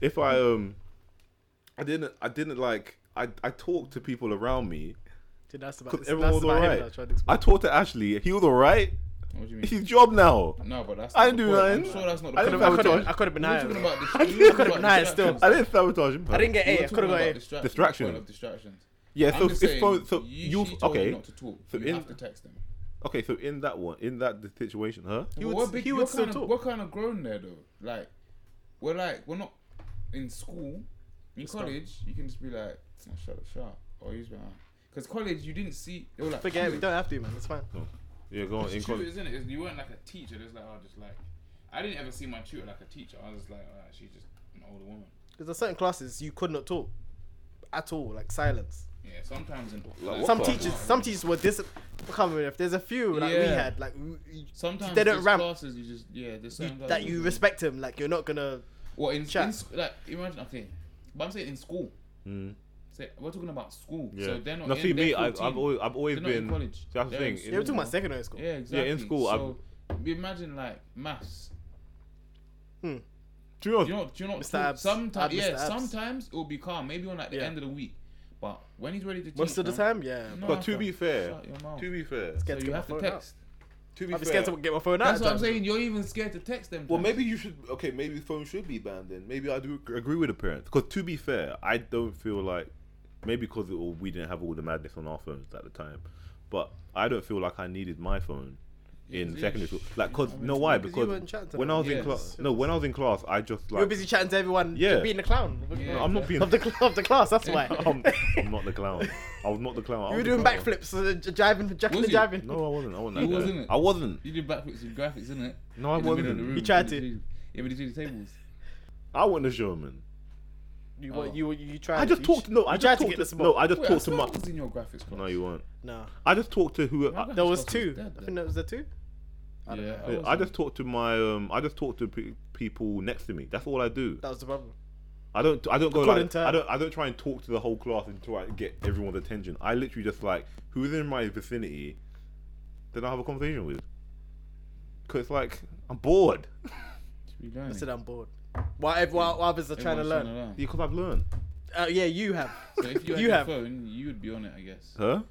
B: if I um, I didn't, I didn't like, I I talked to people around me.
D: Dude, that's about,
B: 'Cause
D: this.
B: everyone was
D: that's about him.
B: alright.
D: that I tried to explain.
B: I talked to Ashley. He was alright.
A: What do you
B: It's
A: mean?
B: his job now.
A: No, but that's.
B: I
A: not the
B: didn't do
A: point.
B: nothing.
A: I'm sure that's not
B: I
A: the
B: didn't
A: point.
B: have
D: I
B: a
A: We're
D: could
B: choice.
D: have, I could have been higher.
A: talking
D: though.
A: about distractions.
D: could've been higher still.
B: I didn't sabotage him.
D: I didn't get
A: We're
D: A. I could
A: talking
D: have got
A: about
D: A.
A: distraction.
B: Distraction.
A: point of distraction.
B: Yeah.
A: I'm
B: So
A: just
B: if phone,
A: saying, you,
B: so you,
A: she told you
B: okay,
A: not to talk.
B: So
A: you
B: in-
A: have to text them.
B: okay. So in that one, in that situation, huh?
D: He
A: But
D: would-
A: we're big-
D: he
A: we're
D: would still
A: kinda-
D: talk.
A: We're kind of grown there though. Like, we're like we're not in school. In
D: not.
A: college, you can just be like, oh, shut up, shut up, or you just be like, because college you didn't see. They were like,
D: Forget it. We
A: shooters.
D: don't have to, man. It's fine.
B: Yeah, go on. In
A: It's
B: college.
A: shooters, innit? It's- You weren't like a teacher. There's like, oh, just like, I didn't ever see my tutor like a teacher. I was just like, alright, she's just an older woman.
D: Because there's certain classes you could not talk at all, like silence.
A: Yeah, sometimes in
B: Like, What
D: some
B: class?
D: teachers, some teachers were dis. I can't remember if there's a few like we
A: Yeah.
D: had, like w- you-
A: Sometimes
D: they don't
A: there's
D: ramp.
A: classes you just yeah there's
D: you-
A: certain classes
D: that you
A: just-
D: respect him. Like you're not gonna.
A: Well, in,
D: Chat.
A: in sc- like imagine okay, but I'm saying in school.
B: Mm.
A: So we're talking about school.
B: Yeah.
A: So they're not.
B: no,
A: in,
B: see
A: they're
B: me. I,
A: 14.
B: I've always, I've always
A: They're not in
B: been.
A: college.
B: See, that's the
A: They're in
B: thing.
A: school.
D: They were talking about secondary school.
A: Yeah, exactly.
B: school, I've-
A: So imagine like maths.
B: Do you know-
A: Do you know? Do you know?
D: Mr. Abs. I'd
A: Sometimes,
D: Mr.
A: yeah.
D: Abs.
A: Sometimes it will be calm. Maybe on like the
D: Yeah.
A: end of the week, but when he's ready to teach,
D: Most of the
A: man,
D: time, yeah.
A: no,
B: But to
A: fam,
B: be fair,
A: shut your mouth.
B: to be fair,
D: Scared
A: so
D: to
A: you
D: get
A: have
D: my
A: to
D: phone out.
A: text.
B: to be
D: I'd be scared to get my phone out.
A: That's
D: at
A: what I'm
D: times.
A: saying. You're even scared to text them.
B: well,
A: fam.
B: maybe you should. Okay, maybe phone should be banned then. Maybe I do ag- agree with the parents. Because to be fair, I don't feel like maybe because it, all- we didn't have all the madness on our phones at the time, but I don't feel like I needed my phone in
A: Yeah,
B: secondary
A: sh-
B: school. Like, cause
A: I mean,
B: no, why?
D: because you weren't chatting
B: Because
D: to
B: when
D: them.
B: I was in
A: Yeah,
B: class,
A: it's-
B: no, when I was in class, I just
D: You're
B: like
D: busy chatting to everyone.
B: Yeah.
D: You're being the clown.
A: Yeah.
B: I'm not being.
D: Of the cl- of the class, that's why.
B: I'm, I'm not the clown. I was not the clown. I
D: you were
B: was the
D: doing
B: clown.
D: backflips, uh, j- jiving, jacking
A: Was
D: and
A: you?
D: jiving.
B: No, I wasn't. I wasn't.
A: You
B: that guy.
A: wasn't.
B: I wasn't.
A: You did backflips with graphics, isn't it?
B: No, I
A: In the middle of the
B: wasn't.
A: room,
D: He tried
A: between the two- Yeah, between the tables.
B: I wasn't a showman.
D: You
A: Oh.
D: what you you trying?
B: I just
D: you
B: talked. No, I
D: you tried
B: just
D: to get
B: talked.
D: the
B: To,
D: spot.
B: no, I just
A: Wait, I
B: talked to
A: swear
B: my.
A: I was in your graphics class.
B: No, you weren't.
D: No,
B: I just talked to who.
A: My
B: I,
D: there was
A: graphics class
D: two.
A: dead
D: I
A: then.
D: think that was the two.
A: yeah,
D: don't
A: I was
B: I
A: in-
B: just talked to my. Um, I just talked to pe- people next to me. That's all I do.
D: That was the problem.
B: I don't. I don't go
D: According
B: like.
D: to-
B: I don't. I don't try and talk to the whole class and try to get everyone's attention. I literally just like who's in my vicinity that I have a conversation with. Cause it's like I'm bored.
A: Should we learn
D: I
A: it?
D: said I'm bored. While ev- while, while others are trying to
A: Everyone's
D: learn.
B: Yeah, cause I've learned.
D: Uh, yeah, you have.
A: So if you had
D: You
A: your
D: have.
A: phone, you would be on it, I guess. So
B: Huh?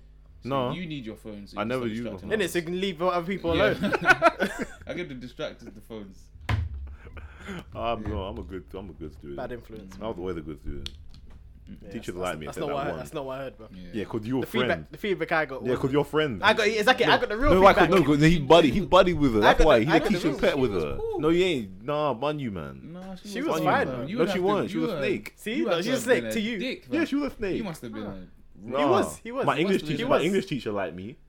B: no.
A: You need your phone. So
B: I
A: you
B: never
A: stop
B: use my
A: distracting
B: phone.
D: In it, so you can leave other people
A: Yeah.
D: alone.
A: I get the distracted with the phones.
B: I'm, no, Ah, I'm a good. I'm a good student.
D: Bad influence.
B: I was always a good student.
D: Yeah,
B: Teachers
D: that's-
B: like me.
D: That's
B: except
D: not what
B: that
D: I heard.
B: one.
D: That's not what I heard, bro.
A: Yeah.
B: Yeah, cause you're
D: The
B: friends.
D: feedback, the feedback I got.
B: Yeah,
D: was-
B: cause you're friends.
D: I got exactly. I got the real
B: No, I
D: feedback.
B: could, no, 'cause he buddy, he buddy with her.
D: I
B: That's
D: got
B: why
D: the-
B: he
D: I
B: a
D: got the
B: kitchen
D: rules.
B: pet
A: She
B: with
A: was
B: her.
A: cool.
B: No, you ain't. Nah, bun you man.
A: No, she,
D: She
A: was
D: was
A: fine.
D: fine, though.
A: You
B: No,
A: would
B: she
A: have to-
B: wasn't. She
A: you
B: was a
A: were-
B: snake.
D: See?
A: you
D: No,
A: had to
D: she's a
A: have been
D: snake to you.
A: dick,
B: Yeah,
A: man.
B: she was a snake.
A: You must have been a.
B: Nah.
D: was- Mm. he was-
B: My
D: he
B: English
A: was-
B: teacher,
A: he
B: my
D: was.
B: English teacher liked me.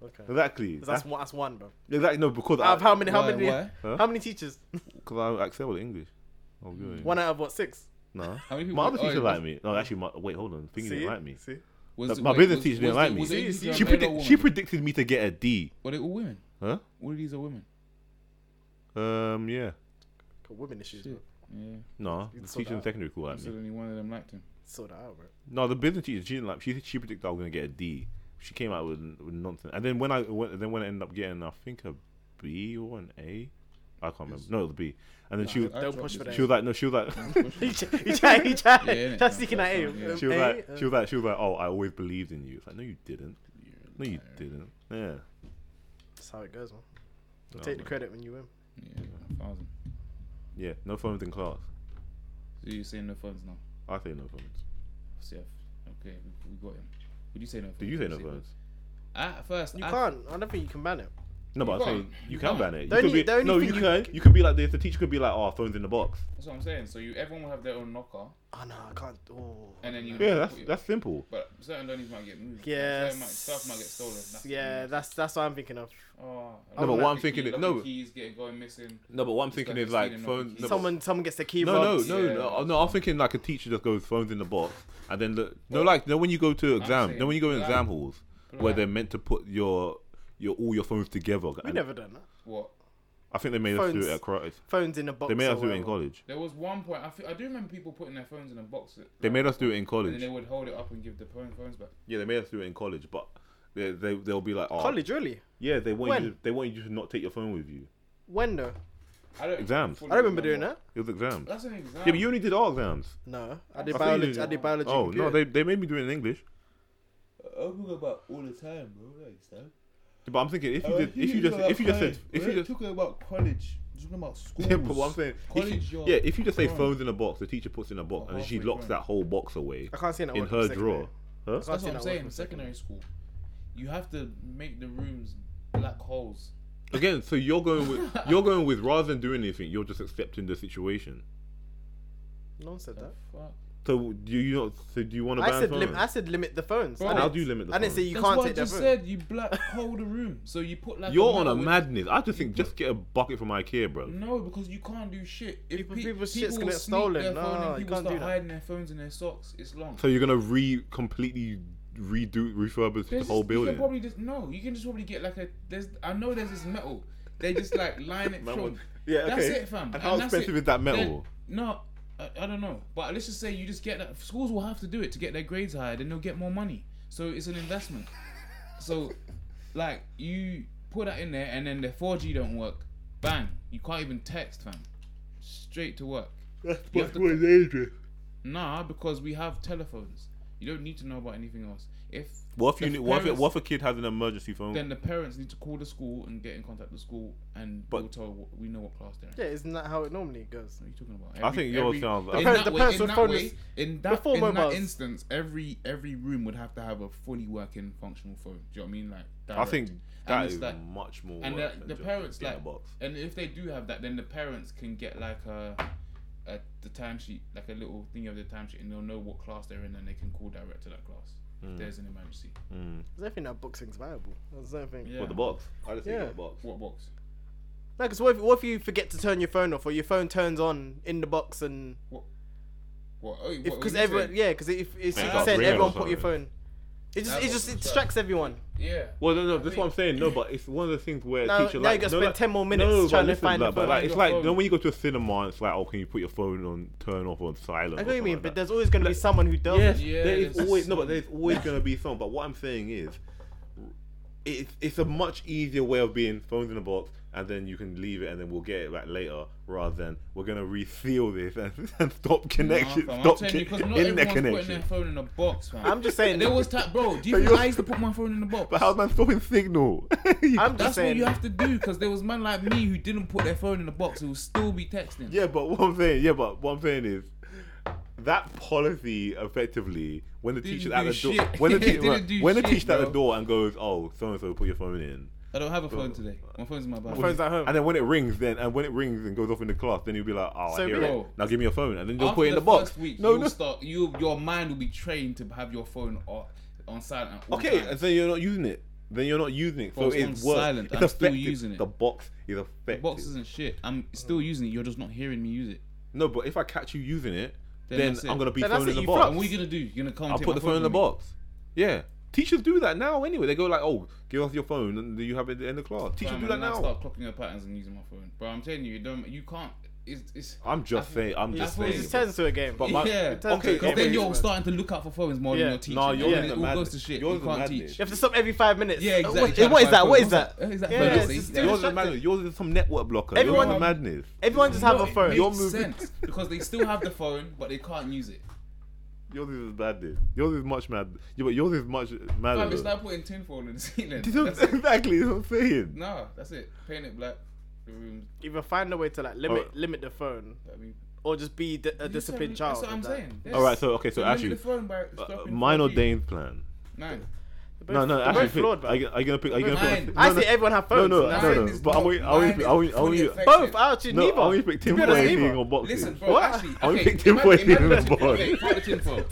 D: Okay.
B: Exactly.
D: That's
B: That's,
D: one. That's one, bro.
B: exactly no because
D: Out of how many? How
A: Why-
D: many?
A: why?
B: Huh?
D: How many teachers?
B: because I excelled at English. I was good.
D: One out of what? Six.
B: Nah.
A: How many people?
B: My other
A: oh,
B: teacher
A: it
B: liked me. No, actually, my, wait, hold on. Thingy
D: See?
B: didn't like me.
D: See?
A: Was,
B: No,
A: was,
B: my
A: wait,
B: business
A: was-
B: teacher didn't
A: was
B: like
A: it-
B: me.
A: Was it
D: See,
A: a
B: She
A: man or a
B: predict,
A: woman?
B: she predicted me to get a D.
A: Were they all women?
B: Huh?
A: All of these are women.
B: Um, yeah.
D: Got women issues,
A: Shit.
D: bro.
A: Yeah.
B: No,
D: You
B: the
D: sort
B: teacher
D: that
B: in
D: out.
B: secondary school liked
A: So
B: me.
A: only one of them liked him.
D: Sort that out, bro.
B: No, the business teacher, she didn't like. She she predicted I was gonna get a D. She came out with, with nonsense. And then when I went, then when I ended up getting, I think a B or an A. I can't remember. No, it was a B. And then she was,
A: I
D: Don't
A: dropped
D: push
A: this.
D: for that.
B: she was like, no, she was like,
D: He ch- he tried. He tried.
A: Yeah, innit?
D: tried sneaking
A: That's
D: at
A: fine, yeah.
D: him.
B: she was like,
D: uh,
B: she was like, she was like, oh, I always believed in you. It's like, no, you didn't. No, you didn't. Yeah.
D: That's how it goes, man.
B: No,
D: Take the
A: Oh,
B: man.
D: credit when you win.
A: Yeah, a thousand.
B: Yeah. No phones in class.
A: So you're saying no phones now?
B: I say no phones.
A: CF. Okay, we, we got him. Would you say no phones?
B: Did you say no
A: Obviously,
B: phones?
A: but- At first,
D: You
A: I-
D: can't. I don't think you can ban it.
B: No, but I say
A: can't.
B: you
A: You
B: can
A: can't.
B: ban it.
D: The
B: You could
D: only-
B: be,
D: the only
B: no,
D: thing
B: you
D: you
B: can. You could be like this. The teacher could be like, oh, phones in the box.
A: That's what I'm saying. So you, everyone will have their own knocker,
D: Oh no, I can't. Oh.
A: and then you.
B: Yeah, that's that's simple.
A: But certain learnings might get moved.
D: Yeah.
A: Certain might, stuff might get stolen. That's
D: yeah, that's that's what I'm thinking of.
A: Oh,
B: No, but
A: lock
B: what I'm
A: the
B: thinking
A: key,
B: is-
A: lock
B: no,
A: the
B: but-
A: Keys getting going missing.
B: No, but what I'm
A: It's
B: thinking
A: like
B: is
A: a
B: like
A: stealing
B: phone.
A: opportunity.
B: No, but-
D: someone someone gets the key
B: No, no,
D: robbed.
B: no,
A: Yeah.
B: no, no. I'm thinking like a teacher just goes phones in the box, and then look. No, like no. When you go to exam,
A: saying
B: no, when you go in
A: plan.
B: exam halls where they're meant to put your your all your phones together.
D: We
B: and
D: never done that.
A: What?
B: I think they made us
D: Phones.
B: do it at karate.
D: Phones in a box.
B: They made
D: or
B: us do it in
D: whatever.
B: college.
A: There was one point. I, feel, I do remember people putting their phones in a box. At,
B: They made us do it in
A: And then they
B: college.
A: would hold it up and give the phone phones back.
B: Yeah, they made us do it in college, but they they they'll be like, oh,
D: College, really?
B: Yeah, they want you.
D: When?
B: To, they want you to not take your phone with you.
D: When though?
A: I don't
B: Exams.
A: fully
D: I don't remember doing that.
B: It was exams.
A: That's an exam.
B: Yeah, but you only did our exams.
D: No, I did
B: I thought you did.
D: biology. I did biology.
B: Oh no,
D: computer.
B: they they made me do it in English.
A: I talk about all the time, bro. Like stuff.
B: But I'm thinking if
D: Oh,
B: you did, if Oh, you just if you just said if you just
A: talking about college, talking about school.
B: Yeah, but what I'm saying,
A: College,
B: if you,
A: you're
B: yeah, if you just say
A: grown.
B: phones in a box, the teacher puts in a box,
A: You're
B: and then she
A: halfway
B: locks
A: grown.
B: that whole box away
D: I can't see that
B: in
D: working for
B: her
D: secondary.
B: drawer. Huh?
D: Can't
A: That's
D: see
A: what I'm
D: that
A: saying.
D: working for
A: Secondary school, you have to make the rooms black holes.
B: Again, so you're going with you're going with rather than doing anything, you're just accepting the situation.
D: No one said
A: The
D: that.
A: fuck?
B: So do you not? So do you want to
D: I
B: ban
D: said,
B: phones?
D: lim- I said limit the phones.
A: Bro.
D: I
B: And how
D: didn't-
B: do you limit the
D: I didn't say
B: phones?
D: you
A: That's
D: can't
A: what I
D: take their
A: just
D: phone.
A: said. You black hole the room, so you put like
B: You're on a
A: metal win-
B: madness. I just
A: Mm-hmm.
B: think just get a bucket from IKEA, bro.
A: No, because you can't do shit. If
D: People-
A: pe-
D: people's shit's
A: people
D: gonna
A: sneak
D: get stolen.
A: their phone
D: No,
A: and
D: you
A: people
D: can't do
A: start
D: that.
A: hiding their phones in their socks. It's long.
B: So you're gonna re completely redo refurbish
A: There's
B: the whole
A: just- You
B: building.
A: can probably just no. You can just probably get like a. There's I know there's this metal. They just like line it
B: Man
A: from.
B: would- Yeah,
A: That's
B: okay.
A: it, fam.
B: And how
A: that's
B: expensive
A: it.
B: is that metal?
A: Then- no, I, I don't know. But let's just say you just get that. Schools will have to do it to get their grades higher, then they'll get more money. So it's an investment. so, like you put that in there, and then their 4G don't work. Bang! You can't even text, fam. Straight to work.
B: That's
A: You have to-
B: dangerous.
A: Nah, because we have telephones. You don't need to know about anything else. If
B: What if you?
A: the
B: knew- What if,
A: parents-
B: what if a kid has an emergency phone?
A: then the parents need to call the school and get in contact with the school, and
B: But-
A: we'll tell what, we know what class they're in.
D: Yeah, isn't that how it normally goes?
A: What are you talking about?
B: I think yours
A: in
B: sounds- The
D: parents-
A: that
D: the
A: way-
D: parents
A: in
D: would
A: that
D: phone
A: way-
D: us
A: in that,
D: before
A: in that
D: mobiles.
A: instance, every every room would have to have a fully working functional phone. Do you know what I mean? Like
B: I think
A: direct.
B: that
A: it's
B: is
A: like-
B: much more.
A: and
B: work
A: the,
B: than
A: the
B: just
A: parents
B: getting
A: like,
B: a box.
A: and if they do have that, then the parents can get like a, a the timesheet, like a little thing of the timesheet, and they'll know what class they're in, and they can call direct to that class
B: Hmm.
A: if there's an emergency.
D: I don't think that boxing's viable. I don't think.
A: Yeah.
B: What the box? I just
D: Yeah.
B: think the box.
A: What box?
D: No, because what if, what if you forget to turn your phone off, or your phone turns on in the box, and
A: What? Oh, what
D: Because
A: were you
D: everyone,
A: saying?
D: yeah, because if it's
B: Make
A: up
D: said
A: real
D: everyone
B: or
D: put your phone. It just
A: That
D: it just
A: was-
D: it distracts everyone.
A: yeah.
B: Well, no, no, that's what I'm saying. No, but it's one of the things where
D: Now-
B: teacher
D: now you
B: like
D: gotta
B: no,
D: spend
B: like-
D: 10 more minutes
B: no, but
D: trying to
B: listen,
D: find
B: like,
D: the
B: but
D: phone.
B: like, it's like
A: Phone.
B: then when you go to a cinema, it's like, oh, can you put your phone on turn off or on silent?
D: I
B: or
D: know what you
B: something
D: mean,
B: like
D: but
B: that?
D: there's always going to be
B: Like-
D: someone who does.
B: Yes,
A: Yeah,
B: there
A: there's
B: is always no,
A: some-
B: but there's always gonna be some. But what I'm saying is, it's it's a much easier way of being phones in a box, and then you can leave it, and then we'll get it back later, rather than we're gonna reseal this and, and stop connection,
A: Nah, fam,
B: stop
A: I'm telling you, because
B: con-
A: not
B: in
A: everyone's
B: that
A: putting their
B: connection.
A: phone in a box, man.
D: I'm just saying.
A: There was time, bro. Do you
B: But
A: think
B: you're-
A: I used to put my phone in the box?
B: But how's man stopping signal? You-
D: I'm
A: That's
D: just
A: what
D: saying.
A: you have to do because there was man like me who didn't put their phone in the box who would still be texting.
B: Yeah, but what I'm saying, yeah, but what I'm saying is that policy effectively when the
A: Didn't
B: teacher's at
A: do
B: the door,
A: shit.
B: when the,
A: It
B: teacher,
A: didn't do
B: when the
A: shit,
B: teacher's at the
A: bro.
B: door and goes, oh, so and so, put your phone in.
A: I don't have a phone today. My phone's in my bag.
D: phone's at home.
B: And then when it rings, then and when it rings and goes off in the class, then you'll be like, oh,
D: So
B: I hear
D: be
B: it.
A: it.
B: Now give me your phone, and then you'll
A: After
B: put it in the,
A: the
B: box.
A: First week,
B: no,
A: you'll
B: no.
A: start. You, your mind will be trained to have your phone on, on silent. at all
B: Okay,
A: times.
B: and then you're not using it. Then you're not using it. So
A: Box
B: it's
A: on
B: worse.
A: silent,
B: It's
A: I'm still
B: effective.
A: using it.
B: The box is
A: The
B: effective.
A: box isn't shit. I'm still using it. You're just not hearing me use it.
B: No, but if I catch you using it,
A: Then
B: then,
A: that's it.
B: I'm gonna be
D: Then that's
B: phone
D: it,
B: in the
D: you
B: box.
A: And what are you gonna do? You're gonna come.
B: I'll
A: take
B: put
A: my
B: the
A: phone
B: phone in the
A: from me?
B: box. Yeah. Teachers do that now anyway. They go like, oh, give us your phone and you have it at the end of class.
A: Bro,
B: Teachers
A: I'm
B: do that
A: gonna
B: now.
A: Start clocking your patterns and using my phone. Bro, I'm telling you, you don't. You can't. It's. it's
B: I'm just
A: I-
B: saying, I'm
A: I
B: just
A: thought it
D: It
B: saying.
D: just turns into a game.
B: But my-
A: yeah.
D: It turns
B: Okay,
D: into a
B: because
A: Because
D: game.
A: then
B: Yeah.
A: you're starting to look out for phones more
D: Yeah.
A: than your teacher.
B: Nah, yours
A: yeah.
B: is
A: it
B: a
A: all goes
B: madness.
A: to shit.
B: Yours
A: you
B: is a
A: can't
B: madness.
A: teach.
D: You have to stop every five minutes.
A: Yeah,
D: Uh,
A: exactly.
D: what-
A: Try
D: what
A: to
D: is that?
A: find
D: What is
A: phones.
D: that?
A: What's that?
D: Yeah,
A: Phones,
D: it's
A: eh?
D: just
A: Yeah.
B: Yours is a
D: distracted.
B: madness. Yours is some network blocker.
D: Everyone-
B: Yours is madness.
D: Everyone just have
A: No,
D: a
A: it
D: phone.
A: makes
B: You're moving-
A: sense because they still have the phone, but they can't use it.
B: Yours is madness. Yours is much mad. Yeah, but yours is much
A: Fam, it's
B: madness.
A: like putting tinfoil in the ceiling. That's it.
B: exactly. That's what I'm saying.
A: Nah, that's it. Paint it black. The room.
D: Either find a way to like limit
B: Alright.
D: limit the phone,
A: I mean,
D: or just be d- a
A: You said-
D: disciplined child.
A: That's what I'm
D: with that.
A: saying.
B: All right. So okay. So
A: limit
B: actually,
A: the phone by
B: uh,
A: stopping
B: mine or
A: 4G.
B: Dane's plan?
A: Nine.
D: They're
B: No,
D: both-
B: no.
D: they're
B: Actually,
D: both flawed,
B: pick- are
D: man.
B: you are you gonna pick? Are you
A: They're
B: gonna
A: both mine.
B: pick? no,
D: I
B: no.
D: say everyone have
B: No,
D: phones.
B: no,
D: and
A: Nine
D: that's
B: no,
D: it.
B: no.
A: is
B: But I
A: not-
B: want, I want,
A: nine
B: I want,
A: is
B: I want.
A: fully
D: Both. I actually
B: No, I
D: neither.
B: only picked
D: To be
B: tinfoil
D: honest,
B: anything
D: neither.
B: or boxes.
A: Listen, bro.
D: What?
A: Actually,
B: I only
A: okay,
B: picked tinfoil
A: imagine-
B: in the
A: imagine-
B: box.
A: okay, fuck the tinfoil.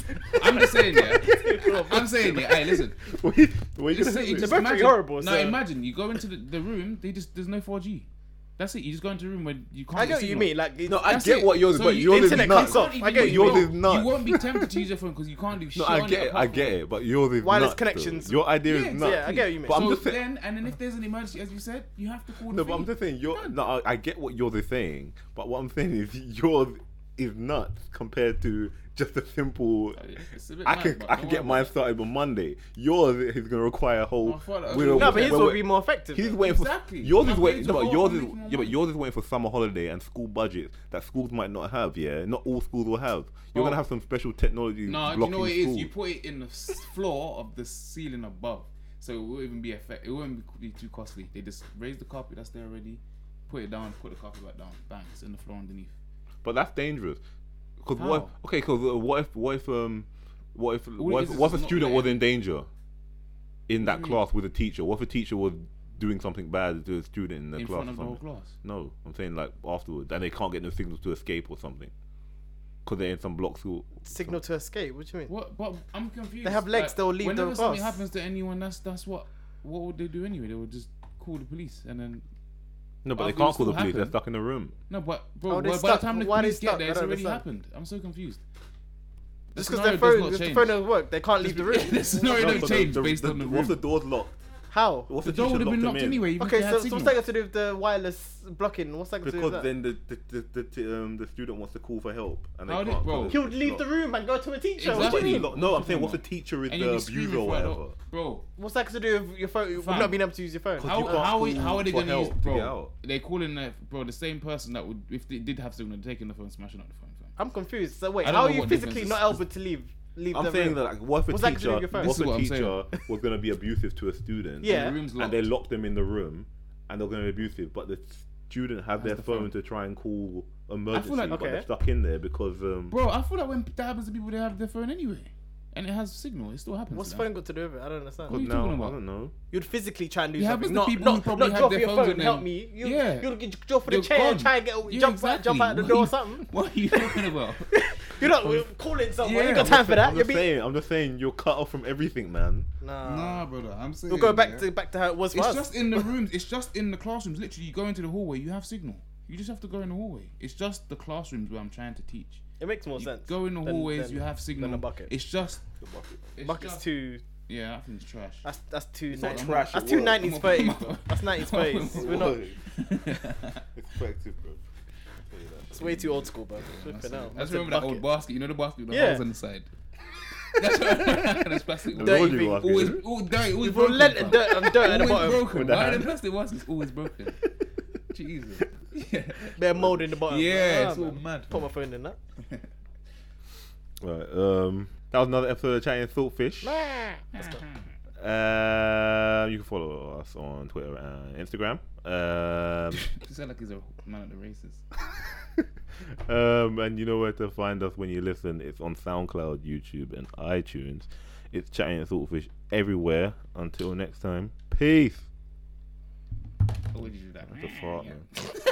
A: I'm just saying, yeah. I'm saying, yeah. Hey, listen.
B: What you- what you
A: Just,
B: gonna
A: say- just
B: do?
D: both pretty
A: imagine.
D: horrible,
A: now
D: so-
A: imagine you go into the, the room. They just there's no 4G. That's it. You just go into a room where you can't.
D: I
A: get
D: get what you
A: signal.
D: mean. Like, no,
B: I
A: That's
B: get
A: it.
B: what yours,
A: So
B: but
A: you-
B: yours is
D: internet
A: You
D: cuts
B: nuts.
D: off.
A: can't even
D: I get
A: use
B: yours
A: your-
B: is nuts.
A: You won't be tempted to use your phone because you can't do shit.
B: No, I
A: on
B: get it. I get it, but yours is
D: Wireless
B: nuts, though.
D: connections.
B: Your idea
A: Yeah,
B: is nuts.
D: yeah, I get what you mean.
B: But I'm
A: so
B: just saying.
A: then, and then if there's an emergency, as you said, you have to call.
B: No,
A: the
B: but I'm
A: thing.
B: just saying. Your no, I, I get what yours is saying, but what I'm saying is yours is nuts compared to just a simple.
A: It's a bit
B: I
A: mad,
B: can
A: but
B: I
A: don't
B: can
A: worry
B: get
A: about
B: mine
A: it.
B: started on Monday. Yours is going to require a whole.
A: I feel like-
B: we're-
D: no, but his
B: we're-
D: will be more effective.
B: He's
D: though.
B: waiting
A: Exactly.
B: for yours is
A: I'm
B: waiting.
A: waiting
B: No,
A: for
B: but
A: all
B: yours
A: of
B: is
A: these more
B: yeah, but
A: months.
B: yours is waiting for summer holiday and school budgets that schools might not have. Yeah, not all schools will have. You're
A: Well-
B: gonna have some special
A: No,
B: technology.
A: do
B: blocking
A: you know what it is?
B: school.
A: You put it in the s- floor of the ceiling above, so it won't even be effect. It won't be too costly. They just raise the carpet that's there already, put it down, put the carpet back down. Bang, it's in the floor underneath.
B: But that's dangerous. Because what?
A: How?
B: Okay, because what if what if um what if
A: it
B: what if,
A: is is
B: what
A: it's
B: if
A: not
B: a
A: Mm-hmm.
B: student was
A: letting-
B: in danger in that
A: you
B: class with a teacher? What if a teacher was doing something bad to a student in the
A: in
B: class?
A: front
B: or
A: of the whole
B: something?
A: class.
B: No, I'm saying like afterwards, and they can't get no signals to escape or something because they're in some block school.
D: signal to escape. What do you mean?
A: What? But I'm confused.
D: They have legs, they'll leave the
A: Whenever something
D: class.
A: happens to anyone, that's that's what. What would they do anyway? They would just call the police and then.
B: No, but they
A: After
B: can't
A: it's
B: call the
A: all
B: police. They're
A: happened.
B: stuck in a room.
A: No, but bro,
D: Oh, they're
A: by
D: stuck.
A: the time the
D: Why are they
A: police get
D: stuck?
A: there,
D: I
A: it's
D: don't
A: already
D: understand.
A: happened. I'm so confused. The
D: Just because their
A: scenario does
D: phone,
A: not
D: just the
A: change.
D: phone doesn't work. They can't leave the room.
A: The scenario
B: No,
A: don't
B: so
A: change based on the
B: what
A: room.
B: if the door's locked?
D: How?
B: What if
A: The door
B: teacher
A: would have been
B: them
A: locked
B: in?
A: anyway. even if
D: Okay,
A: they had
D: so, so what's
A: signal.
D: that got to do with the wireless blocking? What's that got to do with
B: Because then
D: that?
B: the the, the, the, the, um, the student wants to call for help and they
A: How did-
B: can't.
A: bro.
B: because
D: He
B: it's
D: would leave
B: locked.
D: the room and go to a teacher.
B: No, but
D: What do you
B: you
A: Exactly.
D: mean?
B: lot- no, I'm saying what's the teacher is
A: and you'd
B: the
A: be screaming
B: abuser or
A: for
B: whatever.
A: help. Bro,
D: What's that got to do with your phone? With
A: Fam.
D: not being able to use your phone.
B: 'Cause
A: how,
B: you can't
A: how,
B: call
A: how are they
B: for
A: going to use.
B: help to get
A: Bro,
B: out.
A: they're calling their. Bro, the same person that would. If they did have signal, they're taking the phone, smashing up the phone. fam.
D: I'm confused. So
A: I
D: wait,
A: don't
D: how are
A: know
D: you
A: what
D: physically
A: difference
D: not
A: is-
D: able to leave? Leave the
B: I'm saying
D: room?
B: that like what if a
D: What's that gonna do
B: teacher
D: with your phone?
B: what
A: This is
B: if a
A: what I'm
B: teacher was gonna be abusive to a student
D: Yeah.
A: The room's
B: and
A: locked.
B: they locked them in the room and they're gonna be abusive but the student had their
A: the
B: phone,
A: phone.
B: to try and call emergency
A: like-
B: but they're
D: Okay.
B: stuck in there because um
A: Bro, I feel like when that happens to people, they have their phone anyway. And it has signal. It still happens.
D: What's
A: to
D: the
A: them.
D: phone got to do with it? I don't
A: What
D: understand.
A: are you
B: now
A: talking
B: I
A: about?
B: don't know.
D: You'd physically try and do
A: It happens
D: something.
A: to
D: Not,
A: people
D: not,
A: who probably
D: not
A: had
D: drop
A: their
D: your
A: phones
D: phone
A: in
D: and help
A: them.
D: me. You,
A: Yeah.
D: You'll get drop for the
A: You're
D: chair and
A: gone.
D: try and get jump,
A: Yeah,
D: out, jump
A: exactly.
D: out the
A: What
D: door
A: are
D: or
A: you-
D: something.
A: What are you talking about?
D: You're not we're calling someone.
A: Yeah.
D: You got time for that.
B: I'm
D: You'll
B: just
D: be.
B: saying I'm just saying you're cut off from everything, man.
D: Nah.
A: nah, brother. I'm saying.
D: We'll go back
A: yeah.
D: to back to how it was for
A: It's
D: us.
A: just in the rooms. It's just in the classrooms. Literally, you go into the hallway, you have signal. You just have to go in the hallway. It's just the classrooms where I'm trying to teach.
D: It makes more
A: You
D: sense.
A: Go in the
D: than-
A: hallways,
D: than-
A: you have signal.
D: than a bucket.
A: It's just. It's
D: Bucket's
A: just-
D: too.
A: Yeah, I think it's trash.
D: That's that's too.
A: not
D: nineties-
A: trash,
D: That's
B: it
D: too
B: works.
D: nineties
A: Come
D: thirties.
A: on, come on.
D: That's nineties thirties.
A: It
D: We're not.
B: Whoa. It's effective, bro. I'll tell you that.
D: It's way too old school, bro. Flipping out.
A: I just
D: That's
A: remember that old basket. You know the basket with the
D: Yeah.
A: holes on the side. That's what That's plastic.
B: The
A: ones.
D: Dirty
B: laundry
D: thing.
B: basket.
A: Always, all dirty, always
D: Bro,
A: broken.
D: let
A: fam.
D: dirt and dirt at the
A: always
D: bottom.
A: broken.
B: With the
A: Why are the
B: hand.
A: plastic ones always broken? Jesus. Yeah,
D: Bare mold in the bottom.
A: yeah
D: Ah,
A: it's all
D: man.
A: mad.
D: Put my phone in that.
B: Right, um, that was another episode of Chatting Saltfish.
D: Let's go.
B: Um, you can follow us on Twitter and Instagram. Um,
A: You sound like he's a man at the races.
B: um, and you know where to find us when you listen. It's on SoundCloud, YouTube, and iTunes. It's Chatting Saltfish everywhere. Until next time, peace.
A: Oh, what did you do that?
B: The fart, man.